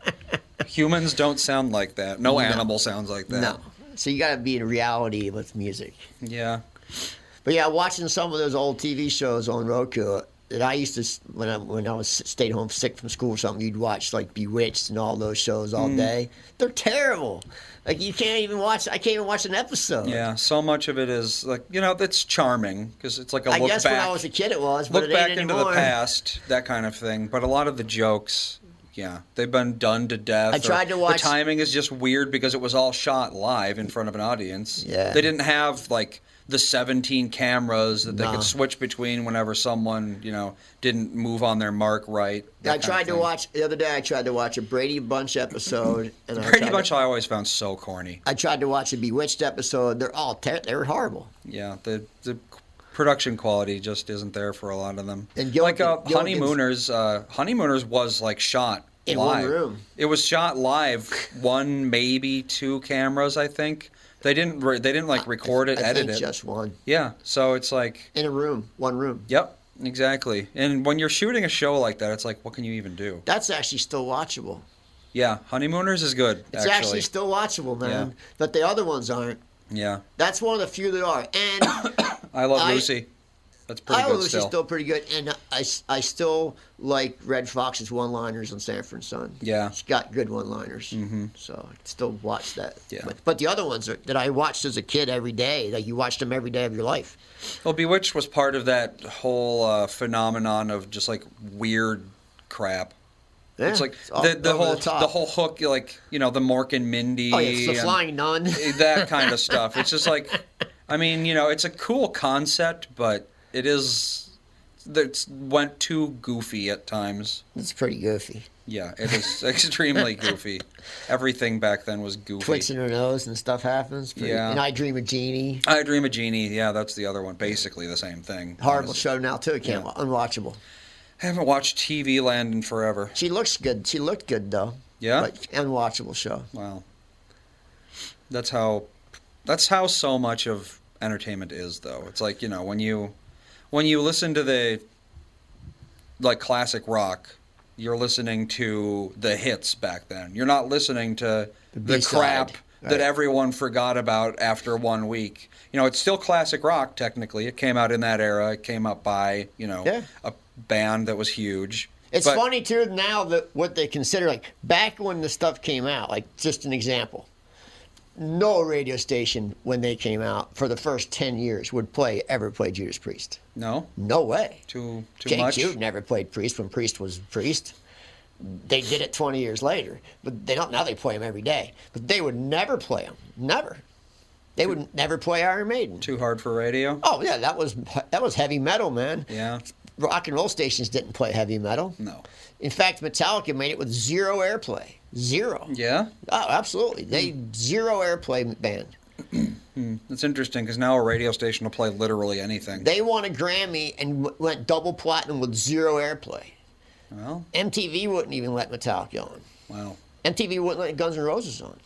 Speaker 2: Humans don't sound like that. No, animal sounds like that.
Speaker 1: no, so you got to be in reality with music.
Speaker 2: Yeah.
Speaker 1: But yeah, watching some of those old TV shows on Roku, that I used to s- when I when I was stayed home sick from school or something. You'd watch like Bewitched and all those shows
Speaker 2: Mm.
Speaker 1: all day. They're terrible. Like you can't even watch. I can't even watch an episode.
Speaker 2: Yeah, so much of it is like you know that's charming because it's like a
Speaker 1: I
Speaker 2: look
Speaker 1: guess
Speaker 2: back.
Speaker 1: when I was a kid it was, but
Speaker 2: look
Speaker 1: it ain't
Speaker 2: back into
Speaker 1: anymore.
Speaker 2: the past, that kind of thing. But a lot of the jokes, yeah, they've been done to death.
Speaker 1: I
Speaker 2: or
Speaker 1: tried to watch-
Speaker 2: The timing is just weird because it was all shot live in front of an audience.
Speaker 1: Yeah.
Speaker 2: they didn't have like the 17 cameras that they
Speaker 1: No.
Speaker 2: could switch between whenever someone you know didn't move on their mark right. that
Speaker 1: I
Speaker 2: kind of
Speaker 1: tried to
Speaker 2: thing.
Speaker 1: watch the other day. I tried to watch a Brady Bunch episode, and I
Speaker 2: Pretty
Speaker 1: tried
Speaker 2: much,
Speaker 1: To,
Speaker 2: I always found so corny.
Speaker 1: I tried to watch a Bewitched episode. They're all ter- they're horrible.
Speaker 2: Yeah, the the production quality just isn't there for a lot of them.
Speaker 1: And
Speaker 2: like uh,
Speaker 1: Gilligan's-
Speaker 2: honeymooners, uh, honeymooners was like shot
Speaker 1: In one
Speaker 2: live.
Speaker 1: room.
Speaker 2: It was shot live, one maybe two cameras, I think. They didn't re- they didn't like record it,
Speaker 1: I
Speaker 2: edit
Speaker 1: think
Speaker 2: it.
Speaker 1: just one
Speaker 2: Yeah, so it's like,
Speaker 1: in a room, one room.
Speaker 2: yep, exactly. And when you're shooting a show like that, it's like, what can you even do?
Speaker 1: That's actually still watchable.
Speaker 2: Yeah, honeymooners is good.
Speaker 1: It's actually, still watchable, man.
Speaker 2: Yeah.
Speaker 1: But the other ones aren't.
Speaker 2: yeah,
Speaker 1: That's one of the few that are. And
Speaker 2: I love
Speaker 1: I-
Speaker 2: Lucy. That's pretty
Speaker 1: I
Speaker 2: good
Speaker 1: was
Speaker 2: still.
Speaker 1: still pretty good. And I, I still like Red Fox's one liners on Sanford and Son.
Speaker 2: Yeah.
Speaker 1: She's got good one liners. Mm-hmm. So I still watch that.
Speaker 2: Yeah.
Speaker 1: But, but the other ones are, that I watched as a kid every day, like you watched them every day of your life.
Speaker 2: Well, Bewitched was part of that whole uh, phenomenon of just like weird crap.
Speaker 1: Yeah,
Speaker 2: It's like
Speaker 1: all
Speaker 2: the, the
Speaker 1: over
Speaker 2: whole the,
Speaker 1: top.
Speaker 2: whole hook, like you know, the Mork and Mindy,
Speaker 1: Oh, yeah, it's the
Speaker 2: and
Speaker 1: flying nun.
Speaker 2: that kind of stuff. It's just like, I mean, you know, it's a cool concept, but it is that went too goofy at times.
Speaker 1: It's pretty goofy.
Speaker 2: Yeah, it is extremely goofy. Everything back then was goofy.
Speaker 1: Twitching her nose and stuff happens. Pretty,
Speaker 2: Yeah.
Speaker 1: And I Dream of Jeannie.
Speaker 2: I Dream a Genie. Yeah, that's the other one. Basically the same thing.
Speaker 1: Horrible
Speaker 2: Honestly.
Speaker 1: show now, too. I Can't,
Speaker 2: Yeah.
Speaker 1: Unwatchable.
Speaker 2: I haven't watched TV Land in forever.
Speaker 1: She looks good. She looked good, though.
Speaker 2: Yeah?
Speaker 1: But unwatchable show.
Speaker 2: Wow. That's how that's how so much of entertainment is though. It's like, you know, when you when you listen to the like classic rock, you're listening to the hits back then. You're not listening to the,
Speaker 1: B-side.
Speaker 2: crap
Speaker 1: Right.
Speaker 2: that everyone forgot about after one week. You know, it's still classic rock technically. It came out in that era. It came up by, you know,
Speaker 1: Yeah.
Speaker 2: a band that was huge.
Speaker 1: It's
Speaker 2: But-
Speaker 1: funny too now that what they consider like back when the stuff came out, like just an example. No radio station when they came out for the first ten years would play ever play Judas Priest.
Speaker 2: No?
Speaker 1: No way.
Speaker 2: Too too
Speaker 1: Jake
Speaker 2: much.
Speaker 1: Jude never played Priest when Priest was Priest. They did it twenty years later, but they don't now. They play him every day, but they would never play him. Never. They would never play Iron Maiden.
Speaker 2: Too hard for radio.
Speaker 1: Oh yeah, that was that was heavy metal, man.
Speaker 2: Yeah.
Speaker 1: Rock and roll stations didn't play heavy metal.
Speaker 2: No.
Speaker 1: In fact, Metallica made it with zero airplay. Zero.
Speaker 2: Yeah? Hmm.
Speaker 1: Oh, absolutely. They zero airplay band.
Speaker 2: It's interesting because now a radio station will play literally anything.
Speaker 1: They won a Grammy and w- went double platinum with zero airplay.
Speaker 2: well,
Speaker 1: MTV wouldn't even let Metallica on.
Speaker 2: wow.
Speaker 1: MTV wouldn't let Guns N' Roses on.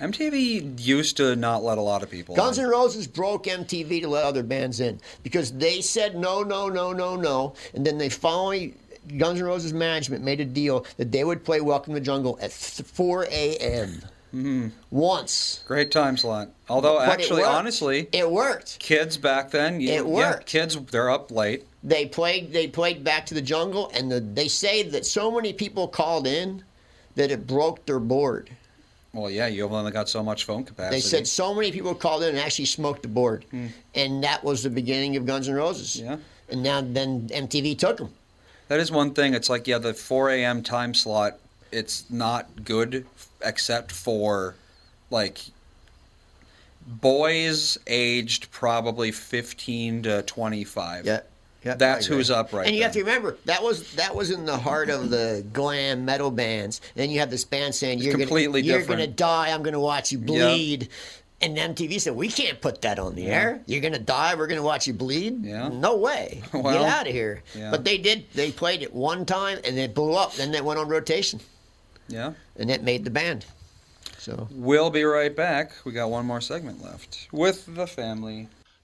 Speaker 2: MTV used to not let a lot of people.
Speaker 1: Guns
Speaker 2: on.
Speaker 1: N' Roses broke MTV to let other bands in because they said no, no, no, no, no, and then they finally. Guns N' Roses management made a deal that they would play Welcome to the Jungle at th- 4 a.m. once.
Speaker 2: Great time slot. Although,
Speaker 1: But it
Speaker 2: Mm-hmm. actually,
Speaker 1: worked.
Speaker 2: honestly,
Speaker 1: it worked.
Speaker 2: kids back then, yeah,
Speaker 1: It worked.
Speaker 2: Yeah, kids, they're up late.
Speaker 1: they played they played back to the jungle and the, they say that so many people called in that it broke their board
Speaker 2: Well, yeah, you've only got so much phone capacity.
Speaker 1: they said so many people called in and actually smoked the board and that was the beginning of guns n' roses
Speaker 2: Hmm. Yeah.
Speaker 1: and now then mtv took them
Speaker 2: that is one thing. It's like, yeah, the 4 a.m. time slot, it's not good except for like boys aged probably 15 to 25.
Speaker 1: yeah yeah, I
Speaker 2: That's
Speaker 1: agree.
Speaker 2: who's up right
Speaker 1: And you have to
Speaker 2: then.
Speaker 1: remember that was that was in the heart of the glam metal bands. And you have this band saying you're
Speaker 2: completely
Speaker 1: gonna,
Speaker 2: different.
Speaker 1: you're gonna die, I'm gonna watch you bleed. And MTV said, We can't put that on the air. You're gonna die, we're gonna watch you bleed.
Speaker 2: Yeah.
Speaker 1: No way. Get
Speaker 2: Well,
Speaker 1: out of here.
Speaker 2: yeah.
Speaker 1: But they did they played it one time and it blew up, then it went on rotation.
Speaker 2: Yeah.
Speaker 1: And it made the band. So
Speaker 2: We'll be right back. We got one more segment left with the family.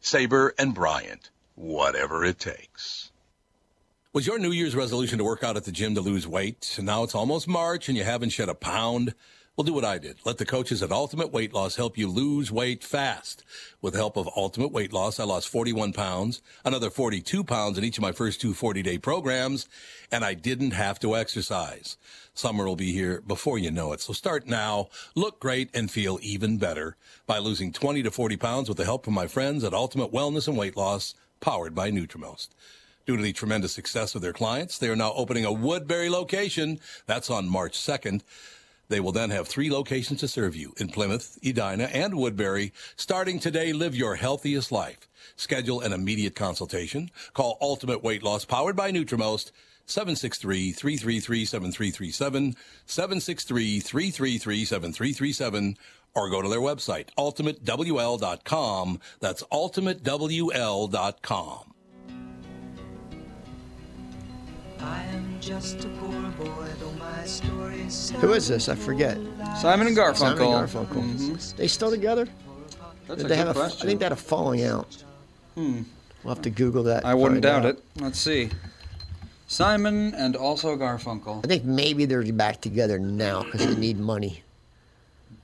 Speaker 5: Sabre and Bryant, whatever it takes. Was your New Year's resolution to work out at the gym to lose weight? And now it's almost March and you haven't shed a pound? Well, do what I did. Let the coaches at Ultimate Weight Loss help you lose weight fast. With the help of Ultimate Weight Loss, I lost 41 pounds, another 42 pounds in each of my first two 40 day programs, and I didn't have to exercise. Summer will be here before you know it. So start now, look great, and feel even better by losing 20 to 40 pounds with the help of my friends at Ultimate Wellness and Weight Loss, powered by Nutrimost. Due to the tremendous success of their clients, they are now opening a Woodbury location. That's on March 2nd. They will then have three locations to serve you in Plymouth, Edina, and Woodbury. Starting today, live your healthiest life. Schedule an immediate consultation. Call Ultimate Weight Loss powered by Nutrimost 763-333-7337, 763-333-7337, or go to their website, ultimatewl.com. That's ultimatewl.com.
Speaker 7: I am just a poor boy, though my story is
Speaker 1: Who is this? I forget.
Speaker 2: Simon and Garfunkel.
Speaker 1: Simon and Garfunkel.
Speaker 2: Mhm.
Speaker 1: They still together?
Speaker 2: That's
Speaker 1: Did they
Speaker 2: a good
Speaker 1: have a- I
Speaker 2: question.
Speaker 1: think they had a falling out.
Speaker 2: Hmm.
Speaker 1: We'll have to Google that. and
Speaker 2: I wouldn't
Speaker 1: find
Speaker 2: doubt
Speaker 1: out.
Speaker 2: it. Let's see. Simon and also Garfunkel.
Speaker 1: I think maybe they're back together now because they need money.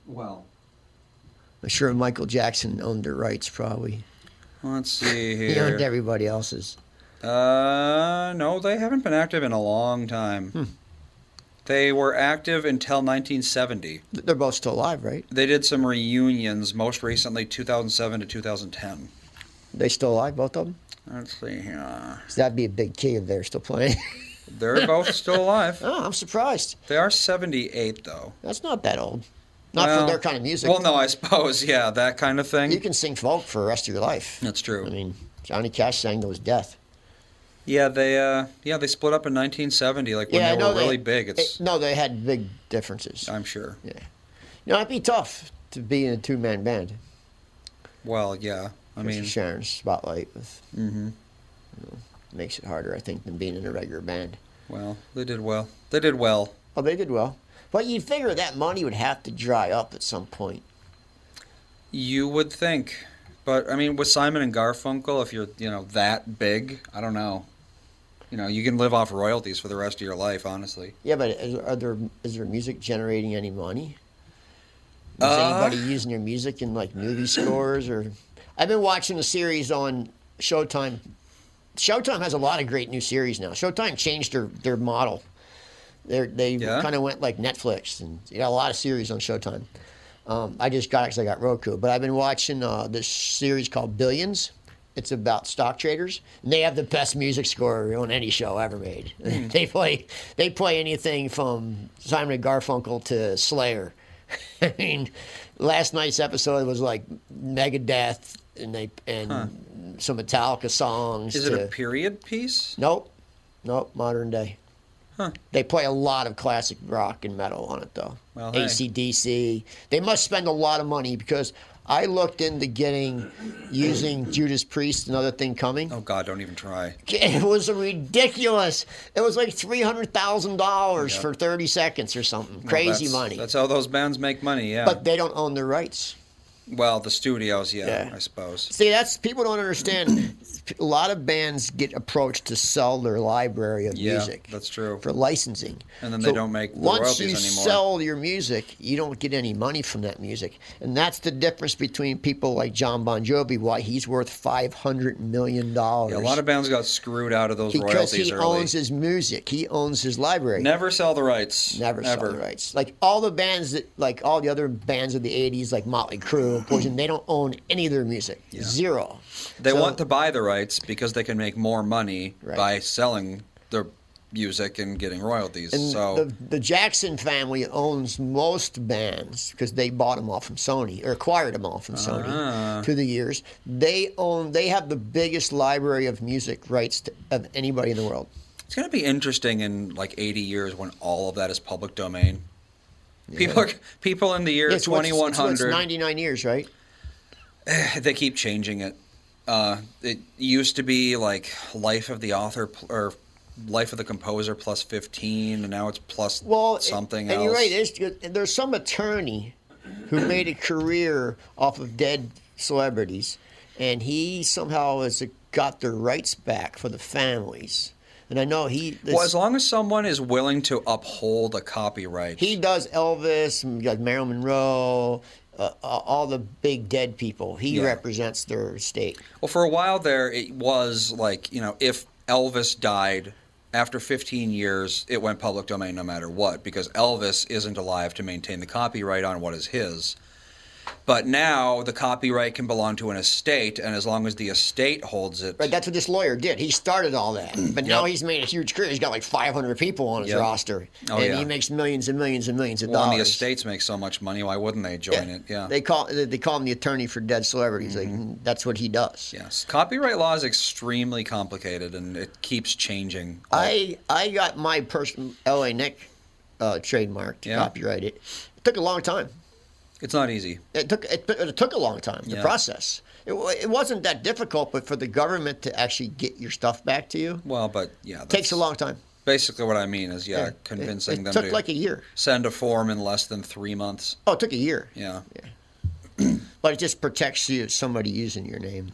Speaker 2: Well,
Speaker 1: I'm sure Michael Jackson owned their rights, probably.
Speaker 2: let's see
Speaker 1: He
Speaker 2: here.
Speaker 1: owned everybody else's.
Speaker 2: Uh, no, they haven't been active in a long time.
Speaker 1: Hmm.
Speaker 2: They were active until 1970.
Speaker 1: Th- They're both still alive, right?
Speaker 2: They did some reunions, most recently 2007 to 2010.
Speaker 1: They still alive, both of them?
Speaker 2: Let's see here.
Speaker 1: that'd be a big key if they're still playing.
Speaker 2: They're both still alive.
Speaker 1: oh, I'm surprised.
Speaker 2: They are 78, though.
Speaker 1: That's not that old. Not
Speaker 2: Well,
Speaker 1: for their kind of music.
Speaker 2: Well, no, I suppose, yeah, that kind of
Speaker 1: You
Speaker 2: thing.
Speaker 1: can sing folk for the rest of your life.
Speaker 2: That's true.
Speaker 1: I mean, Johnny Cash sang to his death.
Speaker 2: Yeah, they uh, yeah they split up in 1970, like when
Speaker 1: yeah, I
Speaker 2: they
Speaker 1: know
Speaker 2: were really big. It's
Speaker 1: they- no, they had big differences.
Speaker 2: I'm sure.
Speaker 1: yeah. No, it'd be tough to be in a two man band.
Speaker 2: Well, yeah. I
Speaker 1: Especially
Speaker 2: mean,
Speaker 1: sharing spotlight with. Mm-hmm. makes it harder, I think, than being in a regular band.
Speaker 2: well, they did well. They did well.
Speaker 1: Oh, they did well. But you'd figure that money would have to dry up at some point.
Speaker 2: You would think, but I mean, with Simon and Garfunkel, if you're you know that big, I don't know. You know, you can live off royalties for the rest of your life, honestly.
Speaker 1: Yeah, but is, are there is there music generating any money? Is
Speaker 2: Uh,
Speaker 1: anybody using their music in like movie scores or? I've been watching a series on Showtime. Showtime has a lot of great new series now. Showtime changed their their model. They're, they
Speaker 2: Yeah?
Speaker 1: kind of went like Netflix, and you got a lot of series on Showtime. Um, I just got it because I got Roku, but I've been watching uh, this series called Billions. It's about stock traders, and they have the best music score on any show ever made.
Speaker 2: Hmm.
Speaker 1: they play they play anything from Simon and Garfunkel to Slayer. I mean, last night's episode was like Megadeth and they and some Metallica songs.
Speaker 2: Is it
Speaker 1: to-
Speaker 2: a period piece?
Speaker 1: Nope. Nope. Modern day. They play a lot of classic rock and metal on it, though.
Speaker 2: Well, hey.
Speaker 1: ACDC. They must spend a lot of money because I looked into getting using Judas Priest, another thing coming.
Speaker 2: Oh God, don't even try.
Speaker 1: It was ridiculous. It was like $300,000 for 30 seconds or something.
Speaker 2: Well,
Speaker 1: Crazy
Speaker 2: that's-
Speaker 1: money.
Speaker 2: That's how those bands make money, yeah.
Speaker 1: But they don't own their rights.
Speaker 2: well, the studios, yeah,
Speaker 1: Yeah.
Speaker 2: I suppose.
Speaker 1: See, that's people don't understand. a lot of bands get approached to sell their library of
Speaker 2: Yeah,
Speaker 1: music.
Speaker 2: that's true.
Speaker 1: For licensing.
Speaker 2: And then they don't make the
Speaker 1: once
Speaker 2: royalties
Speaker 1: you
Speaker 2: anymore.
Speaker 1: sell your music, you don't get any money from that music, and that's the difference between people like John Bon Jovi, why he's worth five hundred million dollars.
Speaker 2: Yeah, a lot of bands got screwed out of those
Speaker 1: because
Speaker 2: royalties
Speaker 1: he
Speaker 2: early.
Speaker 1: owns his music, he owns his library.
Speaker 2: Never sell the rights.
Speaker 1: Never
Speaker 2: Ever.
Speaker 1: sell the rights. Like all the bands that, like all the other bands of the '80s, like Motley Crue, Poison, they don't own any of their music. Zero.
Speaker 2: They
Speaker 1: So-
Speaker 2: want to buy the rights because they can make more money
Speaker 1: Right.
Speaker 2: by selling their music and getting royalties.
Speaker 1: And
Speaker 2: so
Speaker 1: the, the Jackson family owns most bands because they bought them all from Sony or acquired them all from Sony
Speaker 2: Ah.
Speaker 1: through the years. They own they have the biggest library of music rights to, of anybody in the world.
Speaker 2: It's going to be interesting in like 80 years when all of that is public domain. People, are, people in the year
Speaker 1: It's what's- it's what's
Speaker 2: 2100,
Speaker 1: 99 years, right?
Speaker 2: they keep changing it. Uh, it used to be like life of the author pl- or life of the composer plus 15, and now it's plus
Speaker 1: Well, it-
Speaker 2: something
Speaker 1: and
Speaker 2: else.
Speaker 1: you're right. It's, there's some attorney who made a career off of dead celebrities, and he somehow has got their rights back for the families. And I know he this-
Speaker 2: well, as long as someone is willing to uphold a copyright,
Speaker 1: he does Elvis, and you got Marilyn Monroe, uh, uh, all the big dead people. He
Speaker 2: Yeah.
Speaker 1: represents their state.
Speaker 2: Well, for a while there, it was like you know, if Elvis died after 15 years, it went public domain no matter what because Elvis isn't alive to maintain the copyright on what is his. But now the copyright can belong to an estate, and as long as the estate holds it,
Speaker 1: Right, that's what this lawyer did. He started all that, but now he's made a huge career. He's got like 500 people on his
Speaker 2: Mm, Yep.
Speaker 1: roster,
Speaker 2: Oh,
Speaker 1: and
Speaker 2: yeah.
Speaker 1: he makes millions and millions and millions of
Speaker 2: well, and
Speaker 1: dollars.
Speaker 2: the estates make so much money, why wouldn't they join it? Yeah. Mm-hmm.
Speaker 1: They call they they call him the attorney for dead celebrities. Like that's what he does.
Speaker 2: yes. Copyright law is extremely complicated, and it keeps changing. all-
Speaker 1: I I got my person L.A. Nick uh, trademarked,
Speaker 2: Yeah.
Speaker 1: copyrighted. It took a long time.
Speaker 2: it's not easy.
Speaker 1: It took it, it took a long time. The
Speaker 2: Yeah.
Speaker 1: process. It, wa- it wasn't that difficult, but for the government to actually get your stuff back to you
Speaker 2: Well, but yeah, that's
Speaker 1: takes a long time.
Speaker 2: Basically, what I mean is, yeah,
Speaker 1: Yeah. It-
Speaker 2: convincing
Speaker 1: it
Speaker 2: them
Speaker 1: took
Speaker 2: to
Speaker 1: like a year.
Speaker 2: send a form in less than three months.
Speaker 1: Oh, it took a year.
Speaker 2: Yeah. Yeah.
Speaker 1: But it just protects you somebody using your name.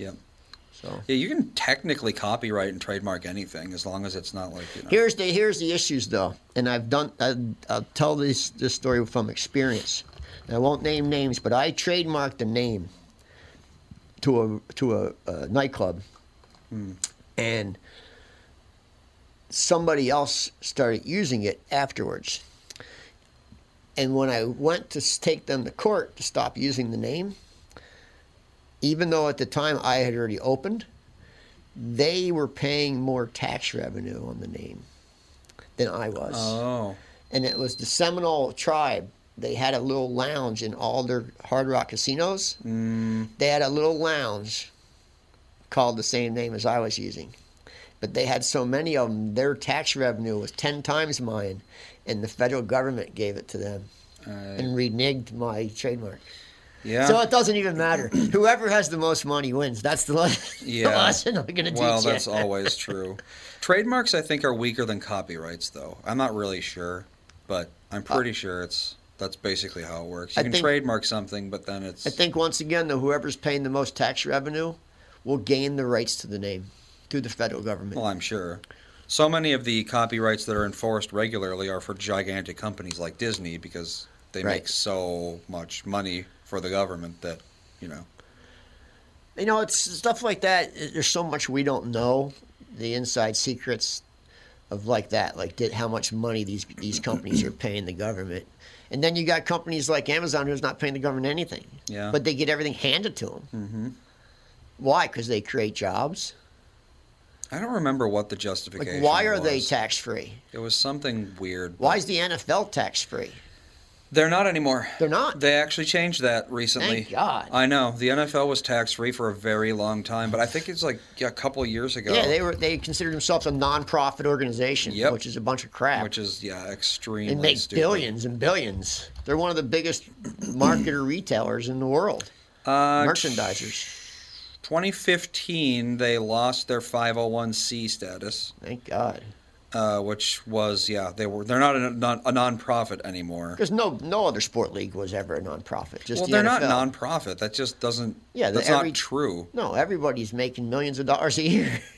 Speaker 1: So.
Speaker 2: Yeah, you can technically copyright and trademark anything as long as it's not like, you know.
Speaker 1: Here's the here's the issues though, and I've done. I, I'll tell this this story from experience. And I won't name names, but I trademarked a name to a to a, a nightclub, and somebody else started using it afterwards. And when I went to s- take them to court to stop using the name, even though at the time I had already opened, they were paying more tax revenue on the name than I was.
Speaker 2: Oh.
Speaker 1: And it was the Seminole tribe. They had a little lounge in all their Hard Rock casinos. Mm. They had a little lounge called the same name as I was using. But they had so many of them, their tax revenue was 10 times mine, and the federal government gave it to them and reneged my trademark.
Speaker 2: Yeah.
Speaker 1: So it doesn't even matter. Whoever has the most money wins. That's the, le- the lesson I'm going to teach
Speaker 2: Well,
Speaker 1: you.
Speaker 2: that's always true. Trademarks, I think, are weaker than copyrights, though. I'm not really sure, but I'm pretty sure it's that's basically how it works.
Speaker 1: Uh,
Speaker 2: You
Speaker 1: I
Speaker 2: can
Speaker 1: think-
Speaker 2: trademark something, but then it's
Speaker 1: I think once again, though, whoever's paying the most tax revenue will gain the rights to the name through the federal government.
Speaker 2: well, I'm sure. So many of the copyrights that are enforced regularly are for gigantic companies like Disney because they
Speaker 1: Right.
Speaker 2: make so much money for the government that, you know,
Speaker 1: You know, it's stuff like that. it- There's so much we don't know, the inside secrets of like that, like did, how much money these these companies are paying the government, and then you got companies like Amazon who's not paying the government anything.
Speaker 2: Yeah.
Speaker 1: But they get everything handed to them. Mm-hmm. Why? Because they create jobs.
Speaker 2: I don't remember what the
Speaker 1: Like,
Speaker 2: justification
Speaker 1: why are they
Speaker 2: was.
Speaker 1: tax free?
Speaker 2: It was something weird.
Speaker 1: Why is the NFL tax free?
Speaker 2: They're not anymore.
Speaker 1: They're not?
Speaker 2: They actually changed that recently.
Speaker 1: Thank God.
Speaker 2: I know. The NFL was tax free for a very long time, but I think it's like yeah, a couple years ago.
Speaker 1: Yeah, they were. They considered themselves a nonprofit organization,
Speaker 2: Yep.
Speaker 1: which is a bunch of crap.
Speaker 2: Which is, yeah, extremely
Speaker 1: they make
Speaker 2: stupid.
Speaker 1: billions and billions. They're one of the biggest marketer retailers in the world.
Speaker 2: Uh,
Speaker 1: Merchandisers.
Speaker 2: 2015, they lost their 501c status,
Speaker 1: Thank God.
Speaker 2: uh, which was, yeah, they were, they're not a, non, a nonprofit anymore.
Speaker 1: Because no, no other sport league was ever a nonprofit. Just
Speaker 2: Well,
Speaker 1: the
Speaker 2: they're
Speaker 1: NFL.
Speaker 2: not nonprofit. That just doesn't,
Speaker 1: Yeah, the-
Speaker 2: that's
Speaker 1: every-
Speaker 2: not true.
Speaker 1: No, everybody's making millions of dollars a year.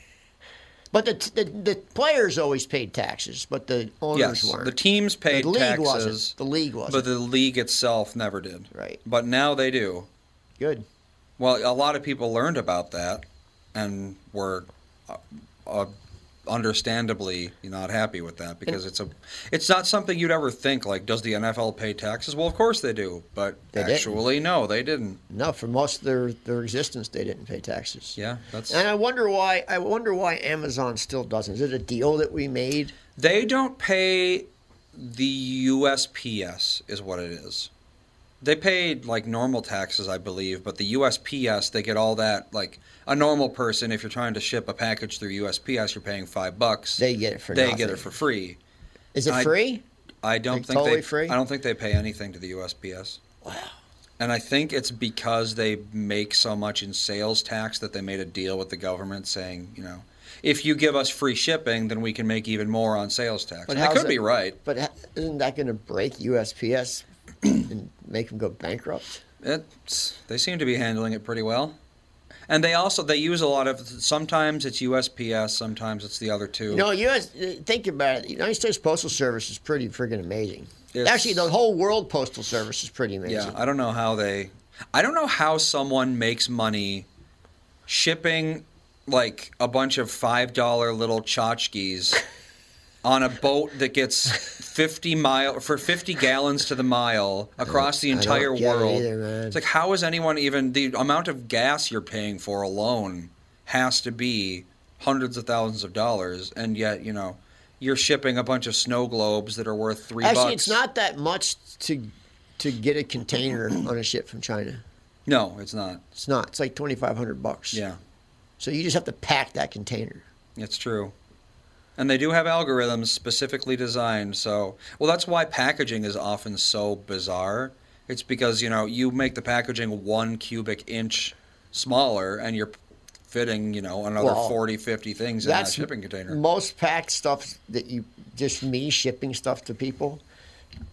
Speaker 1: But the, the the players always paid taxes, but the owners
Speaker 2: Yes,
Speaker 1: weren't.
Speaker 2: the teams paid
Speaker 1: the league
Speaker 2: taxes.
Speaker 1: Wasn't. The league wasn't.
Speaker 2: But the league itself never did.
Speaker 1: Right.
Speaker 2: But now they do.
Speaker 1: Good.
Speaker 2: Well, a lot of people learned about that and were uh, uh, understandably not happy with that because it's a it's not something you'd ever think like does the NFL pay taxes? Well, of course they do, but
Speaker 1: They didn't.
Speaker 2: actually no, they didn't.
Speaker 1: No, for most of their, their existence, they didn't pay taxes.
Speaker 2: Yeah, that's
Speaker 1: And I wonder why. I wonder why Amazon still doesn't. Is it a deal that we made?
Speaker 2: They don't pay the USPS, is what it is. They paid like normal taxes, I believe, but the USPS, they get all that. Like a normal person, if you're trying to ship a package through USPS, you're paying five bucks.
Speaker 1: They get it for
Speaker 2: they
Speaker 1: nothing.
Speaker 2: get it for free.
Speaker 1: Is it
Speaker 2: I-
Speaker 1: free?
Speaker 2: I don't
Speaker 1: Like,
Speaker 2: think
Speaker 1: totally
Speaker 2: they.
Speaker 1: free?
Speaker 2: I don't think they pay anything to the USPS. Wow. And I think it's because they make so much in sales tax that they made a deal with the government saying, you know, if you give us free shipping, then we can make even more on sales tax. I
Speaker 1: how's
Speaker 2: could
Speaker 1: it-
Speaker 2: be right.
Speaker 1: But ha- isn't that going to break USPS and make them go bankrupt?
Speaker 2: It's, they seem to be handling it pretty well. And they also they use a lot of sometimes it's USPS, sometimes it's the other two.
Speaker 1: No, US. Think about it. The United States Postal Service is pretty friggin' amazing.
Speaker 2: It's-
Speaker 1: Actually, the whole world postal service is pretty amazing.
Speaker 2: Yeah, I don't know how they. I don't know how someone makes money shipping like a bunch of five dollar little tchotchkes on a boat that gets fifty mile for fifty gallons to the mile across the
Speaker 1: I don't
Speaker 2: entire
Speaker 1: get it
Speaker 2: world.
Speaker 1: either, man.
Speaker 2: it's like how is anyone even the amount of gas you're paying for alone has to be hundreds of thousands of dollars, and yet you know you're shipping a bunch of snow globes that are worth three
Speaker 1: Actually,
Speaker 2: bucks.
Speaker 1: it's not that much to to get a container on a ship from China.
Speaker 2: No, it's not.
Speaker 1: It's not. It's like twenty five hundred bucks.
Speaker 2: Yeah.
Speaker 1: So you just have to pack that container.
Speaker 2: It's true. And they do have algorithms specifically designed. So, well, that's why packaging is often so bizarre. It's because, you know, you make the packaging one cubic inch smaller and you're fitting, you know, another
Speaker 1: Well,
Speaker 2: forty, fifty 40, 50 things in that shipping container.
Speaker 1: Most packed stuff that you just me shipping stuff to people,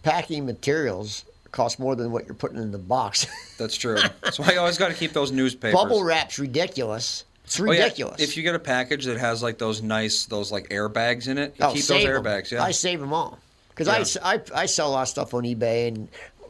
Speaker 1: packing materials costs more than what you're putting in the box.
Speaker 2: that's true. That's why you always got to keep those newspapers.
Speaker 1: Bubble wrap's ridiculous. It's
Speaker 2: Oh, yeah.
Speaker 1: ridiculous.
Speaker 2: If you get a package that has like those nice, those like airbags in it, you
Speaker 1: Oh,
Speaker 2: keep those
Speaker 1: save 'em.
Speaker 2: airbags. Yeah.
Speaker 1: I save them all because
Speaker 2: Yeah.
Speaker 1: I, I, I sell a lot of stuff on eBay and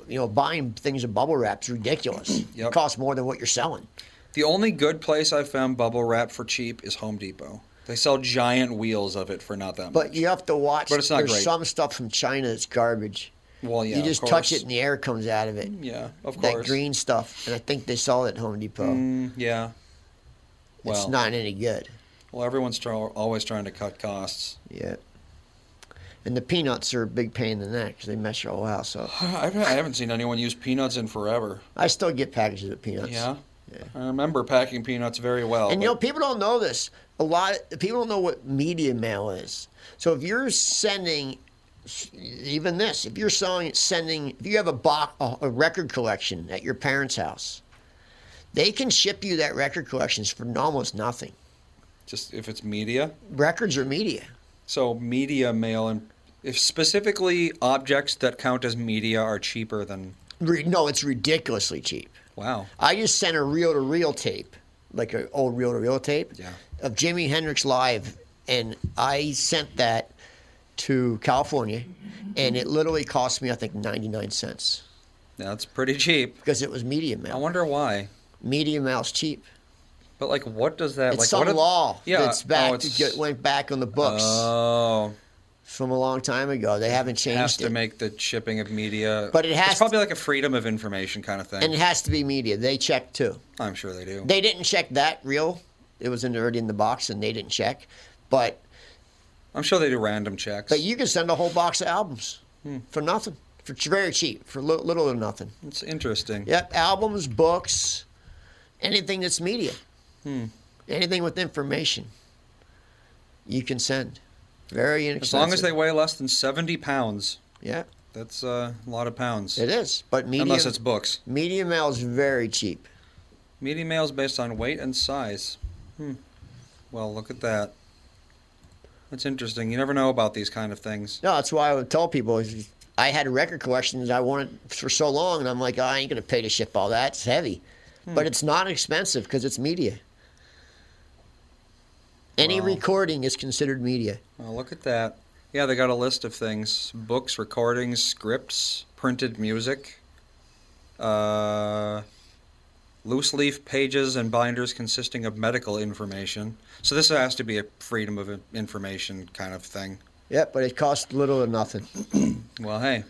Speaker 1: you know buying things in bubble wrap is ridiculous. It
Speaker 2: Yep.
Speaker 1: costs more than what you're selling.
Speaker 2: The only good place I've found bubble wrap for cheap is Home Depot. They sell giant wheels of it for not that much.
Speaker 1: But you have to watch.
Speaker 2: But it's not
Speaker 1: There's
Speaker 2: great.
Speaker 1: some stuff from China that's garbage.
Speaker 2: Well, yeah,
Speaker 1: you
Speaker 2: of
Speaker 1: just touch
Speaker 2: course.
Speaker 1: it and the air comes out of it.
Speaker 2: Yeah, of
Speaker 1: that
Speaker 2: course. Mm,
Speaker 1: green stuff, and I think they sell it at Home Depot.
Speaker 2: Yeah. Well,
Speaker 1: it's not any good.
Speaker 2: well, everyone's try- always trying to cut costs.
Speaker 1: Yeah. And the peanuts are a big pain in the neck because they mess your whole house up.
Speaker 2: I've, I haven't seen anyone use peanuts in forever.
Speaker 1: I still get packages of peanuts.
Speaker 2: Yeah. I remember packing peanuts very well.
Speaker 1: And you know,
Speaker 2: but-
Speaker 1: people don't know this. A lot of people don't know what media mail is. So if you're sending, even this, if you're selling, sending, if you have a box, a, a record collection at your parents' house, they can ship you that record collections for almost nothing.
Speaker 2: just if it's media.
Speaker 1: Records are media.
Speaker 2: So media mail and if specifically objects that count as media are cheaper than
Speaker 1: Re- No, it's ridiculously cheap.
Speaker 2: wow.
Speaker 1: I just sent a reel to reel tape, like an old reel to reel tape,
Speaker 2: Yeah.
Speaker 1: of Jimi Hendrix live, and I sent that to California, and it literally cost me I think ninety nine cents
Speaker 2: That's pretty cheap.
Speaker 1: because it was media
Speaker 2: I
Speaker 1: mail.
Speaker 2: wonder why.
Speaker 1: media mail's cheap.
Speaker 2: But like, what does that?
Speaker 1: It's
Speaker 2: like,
Speaker 1: some
Speaker 2: what are-
Speaker 1: law
Speaker 2: Yeah,
Speaker 1: that's back
Speaker 2: Oh,
Speaker 1: that
Speaker 2: it's-
Speaker 1: get- went back on the books
Speaker 2: oh,
Speaker 1: from a long time ago. They haven't changed
Speaker 2: has to
Speaker 1: it.
Speaker 2: make the shipping of media.
Speaker 1: But it has
Speaker 2: It's
Speaker 1: to-
Speaker 2: probably like a freedom of information kind of thing.
Speaker 1: and it has to be media. They check too.
Speaker 2: I'm sure they do.
Speaker 1: They didn't check that reel. It was in already in the box, and they didn't check. But
Speaker 2: I'm sure they do random checks.
Speaker 1: But you can send a whole box of albums
Speaker 2: Hmm.
Speaker 1: for nothing, for ch- very cheap, for li- little or nothing.
Speaker 2: it's interesting.
Speaker 1: Yep, albums, books, anything that's media,
Speaker 2: Hmm.
Speaker 1: anything with information, you can send. Very
Speaker 2: As
Speaker 1: inexpensive.
Speaker 2: long as they weigh less than 70 pounds,
Speaker 1: yeah,
Speaker 2: that's uh, a lot of pounds.
Speaker 1: it is. But media,
Speaker 2: Unless it's books.
Speaker 1: media mail is very cheap.
Speaker 2: Media mail is based on weight and size. Hmm. Well, look at that. That's interesting. You never know about these kind of things.
Speaker 1: No, that's why I would tell people. is I had a record collection that I wanted for so long, and I'm like, "Oh, I ain't gonna pay to ship all that. It's heavy, but it's not expensive because it's media. Any recording is considered media.
Speaker 2: Well, look at that. Yeah, they got a list of things: books, recordings, scripts, printed music, uh, loose leaf pages and binders consisting of medical information. So this has to be a freedom of information kind of thing.
Speaker 1: Yep, but it costs little or nothing.
Speaker 2: Well, hey,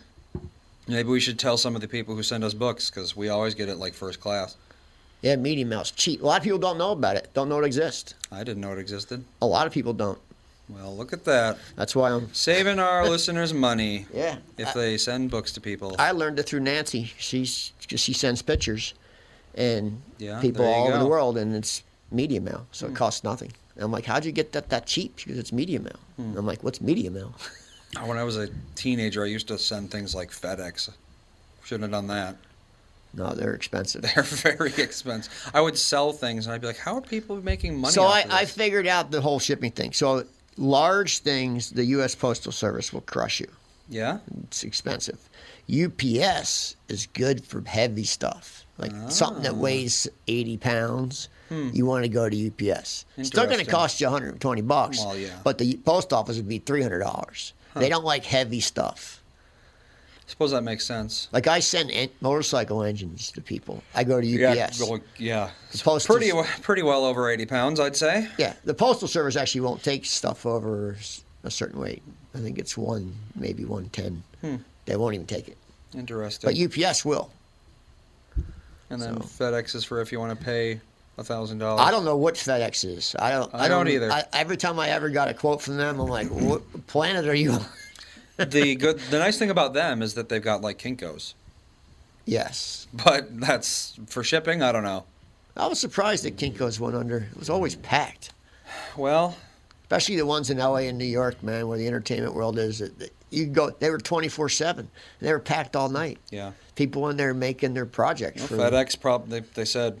Speaker 2: maybe we should tell some of the people who send us books because we always get it like first class.
Speaker 1: Yeah, Meaty Mouse, cheap. A lot of people don't know about it. Don't know it exists.
Speaker 2: I didn't know it existed.
Speaker 1: A lot of people don't.
Speaker 2: Well, look at that.
Speaker 1: That's why I'm.
Speaker 2: Saving our listeners money.
Speaker 1: Yeah,
Speaker 2: If
Speaker 1: I-
Speaker 2: they send books to people.
Speaker 1: I learned it through Nancy. She's 'cause she sends pictures, and
Speaker 2: Yeah,
Speaker 1: people
Speaker 2: there you
Speaker 1: all over the
Speaker 2: go. Hmm.
Speaker 1: world, and it's Media Mail, so it costs nothing. And I'm like, how'd you get that that cheap? She goes, it's Media Mail.
Speaker 2: Hmm.
Speaker 1: And I'm like, what's Media Mail?
Speaker 2: When I was a teenager, I used to send things like FedEx. Shouldn't have done that.
Speaker 1: no, they're expensive.
Speaker 2: They're very expensive. I would sell things, and I'd be like, "How are people making money?"
Speaker 1: so
Speaker 2: off
Speaker 1: I,
Speaker 2: of
Speaker 1: I
Speaker 2: this?"
Speaker 1: figured out the whole shipping thing. So large things, the U.S. Postal Service will crush you.
Speaker 2: yeah,
Speaker 1: It's expensive. UPS is good for heavy stuff, like something
Speaker 2: Ah.
Speaker 1: that weighs 80 pounds. You want to go to UPS. It's still going to
Speaker 2: Hmm. Interesting.
Speaker 1: cost you 120 bucks.
Speaker 2: Well, yeah.
Speaker 1: But the post office would be $300. They don't like heavy stuff.
Speaker 2: I suppose that makes sense.
Speaker 1: Like I send en- motorcycle engines to people. I go to
Speaker 2: Yeah,
Speaker 1: UPS.
Speaker 2: well, yeah.
Speaker 1: The postal-
Speaker 2: Pretty, we- pretty well over eighty pounds, I'd say.
Speaker 1: Yeah, the postal service actually won't take stuff over s- a certain weight. I think it's one, maybe one ten.
Speaker 2: Hmm.
Speaker 1: They won't even take it,
Speaker 2: Interesting.
Speaker 1: but UPS will.
Speaker 2: and then
Speaker 1: so-
Speaker 2: FedEx is for if you want to pay a thousand dollars.
Speaker 1: I don't know what FedEx is. I don't.
Speaker 2: I don't either.
Speaker 1: I, every time I ever got a quote from them, I'm like, "What planet are you?" on?"
Speaker 2: The good, the nice thing about them is that they've got like Kinkos,
Speaker 1: yes,
Speaker 2: but that's for shipping. I don't know.
Speaker 1: I was surprised that Kinkos went under. It was always packed,
Speaker 2: Well,
Speaker 1: especially the ones in LA and New York, man, where the entertainment world is. That that you could go, they were 24 seven. They were packed all night.
Speaker 2: yeah.
Speaker 1: People in there making their project.
Speaker 2: Well,
Speaker 1: for
Speaker 2: FedEx prob they, they said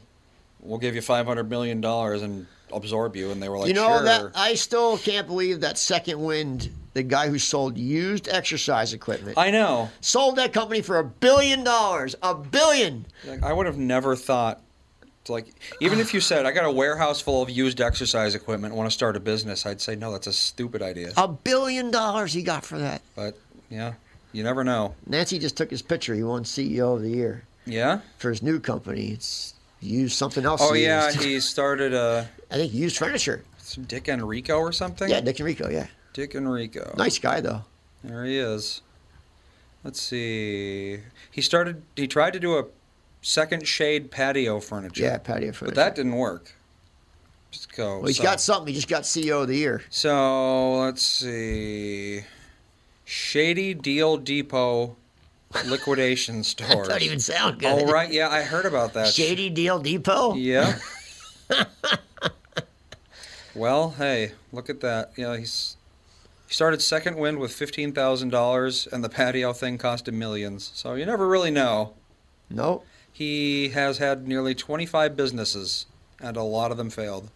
Speaker 2: we'll give you five hundred million dollars and absorb you, and they were like,
Speaker 1: you know
Speaker 2: sure.
Speaker 1: that I still can't believe that Second Wind, the guy who sold used exercise equipment,
Speaker 2: I know.
Speaker 1: sold that company for a billion dollars. A billion.
Speaker 2: Like, I would have never thought. to, Like, even if you said I got a warehouse full of used exercise equipment, want to start a business, I'd say no, that's a stupid idea.
Speaker 1: A billion dollars he got for that.
Speaker 2: But yeah, you never know.
Speaker 1: Nancy just took his picture. He won CEO of the year
Speaker 2: Yeah.
Speaker 1: for his new company. It's used something else.
Speaker 2: Oh
Speaker 1: he
Speaker 2: yeah,
Speaker 1: used.
Speaker 2: he started uh,
Speaker 1: I think used furniture.
Speaker 2: some Dick Enrico or something.
Speaker 1: Yeah, Dick Enrico. Yeah,
Speaker 2: Dick Enrico.
Speaker 1: nice guy though.
Speaker 2: There he is. Let's see. He started. He tried to do a second shade patio furniture.
Speaker 1: Yeah, patio furniture.
Speaker 2: But that didn't work. Just go.
Speaker 1: Well, he's
Speaker 2: so-
Speaker 1: got something. He just got CEO of the year.
Speaker 2: So let's see. Shady Deal Depot liquidation stores.
Speaker 1: Don't even sound good.
Speaker 2: All right, yeah, I heard about that.
Speaker 1: Shady Deal Depot.
Speaker 2: Yeah. well, hey, look at that. Yeah, he's he started second wind with fifteen thousand dollars, and the patio thing cost him millions. So you never really know.
Speaker 1: Nope.
Speaker 2: He has had nearly twenty-five businesses, and a lot of them failed.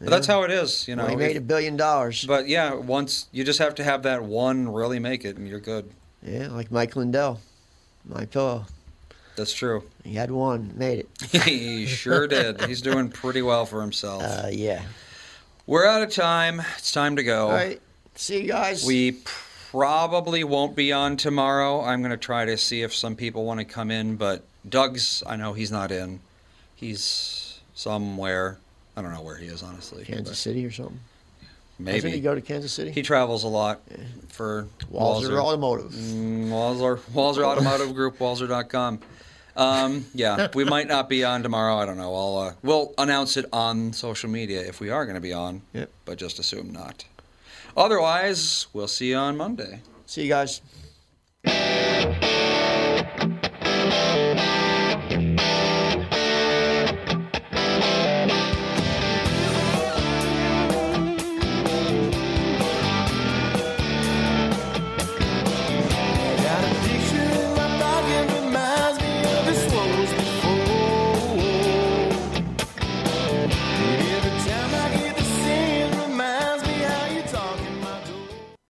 Speaker 2: But that's how it is, you know.
Speaker 1: Well, he
Speaker 2: if-
Speaker 1: made a billion dollars.
Speaker 2: but yeah, once you just have to have that one really make it, and you're good.
Speaker 1: Yeah, like Mike Lindell, my pillow.
Speaker 2: That's true.
Speaker 1: He had one, made it.
Speaker 2: he sure did. He's doing pretty well for himself.
Speaker 1: Uh, yeah.
Speaker 2: We're out of time. It's time to go.
Speaker 1: All right. See you guys.
Speaker 2: Oh. We probably won't be on tomorrow. I'm going to try to see if some people want to come in, but Doug's, I know he's not in. He's somewhere. I don't know where he is, honestly.
Speaker 1: Kansas City or something.
Speaker 2: But
Speaker 1: Doesn't he
Speaker 2: Maybe.
Speaker 1: go to Kansas City?
Speaker 2: He travels a lot for
Speaker 1: Walzer
Speaker 2: Walzer.
Speaker 1: Automotive.
Speaker 2: Mm, Walzer, Walzer Automotive Group, Walzer.com. Um, yeah, we might not be on tomorrow. I don't know. I'll uh, we'll announce it on social media if we are going to be on.
Speaker 1: Yep.
Speaker 2: But just assume not. Otherwise, we'll see you on Monday.
Speaker 1: See you guys.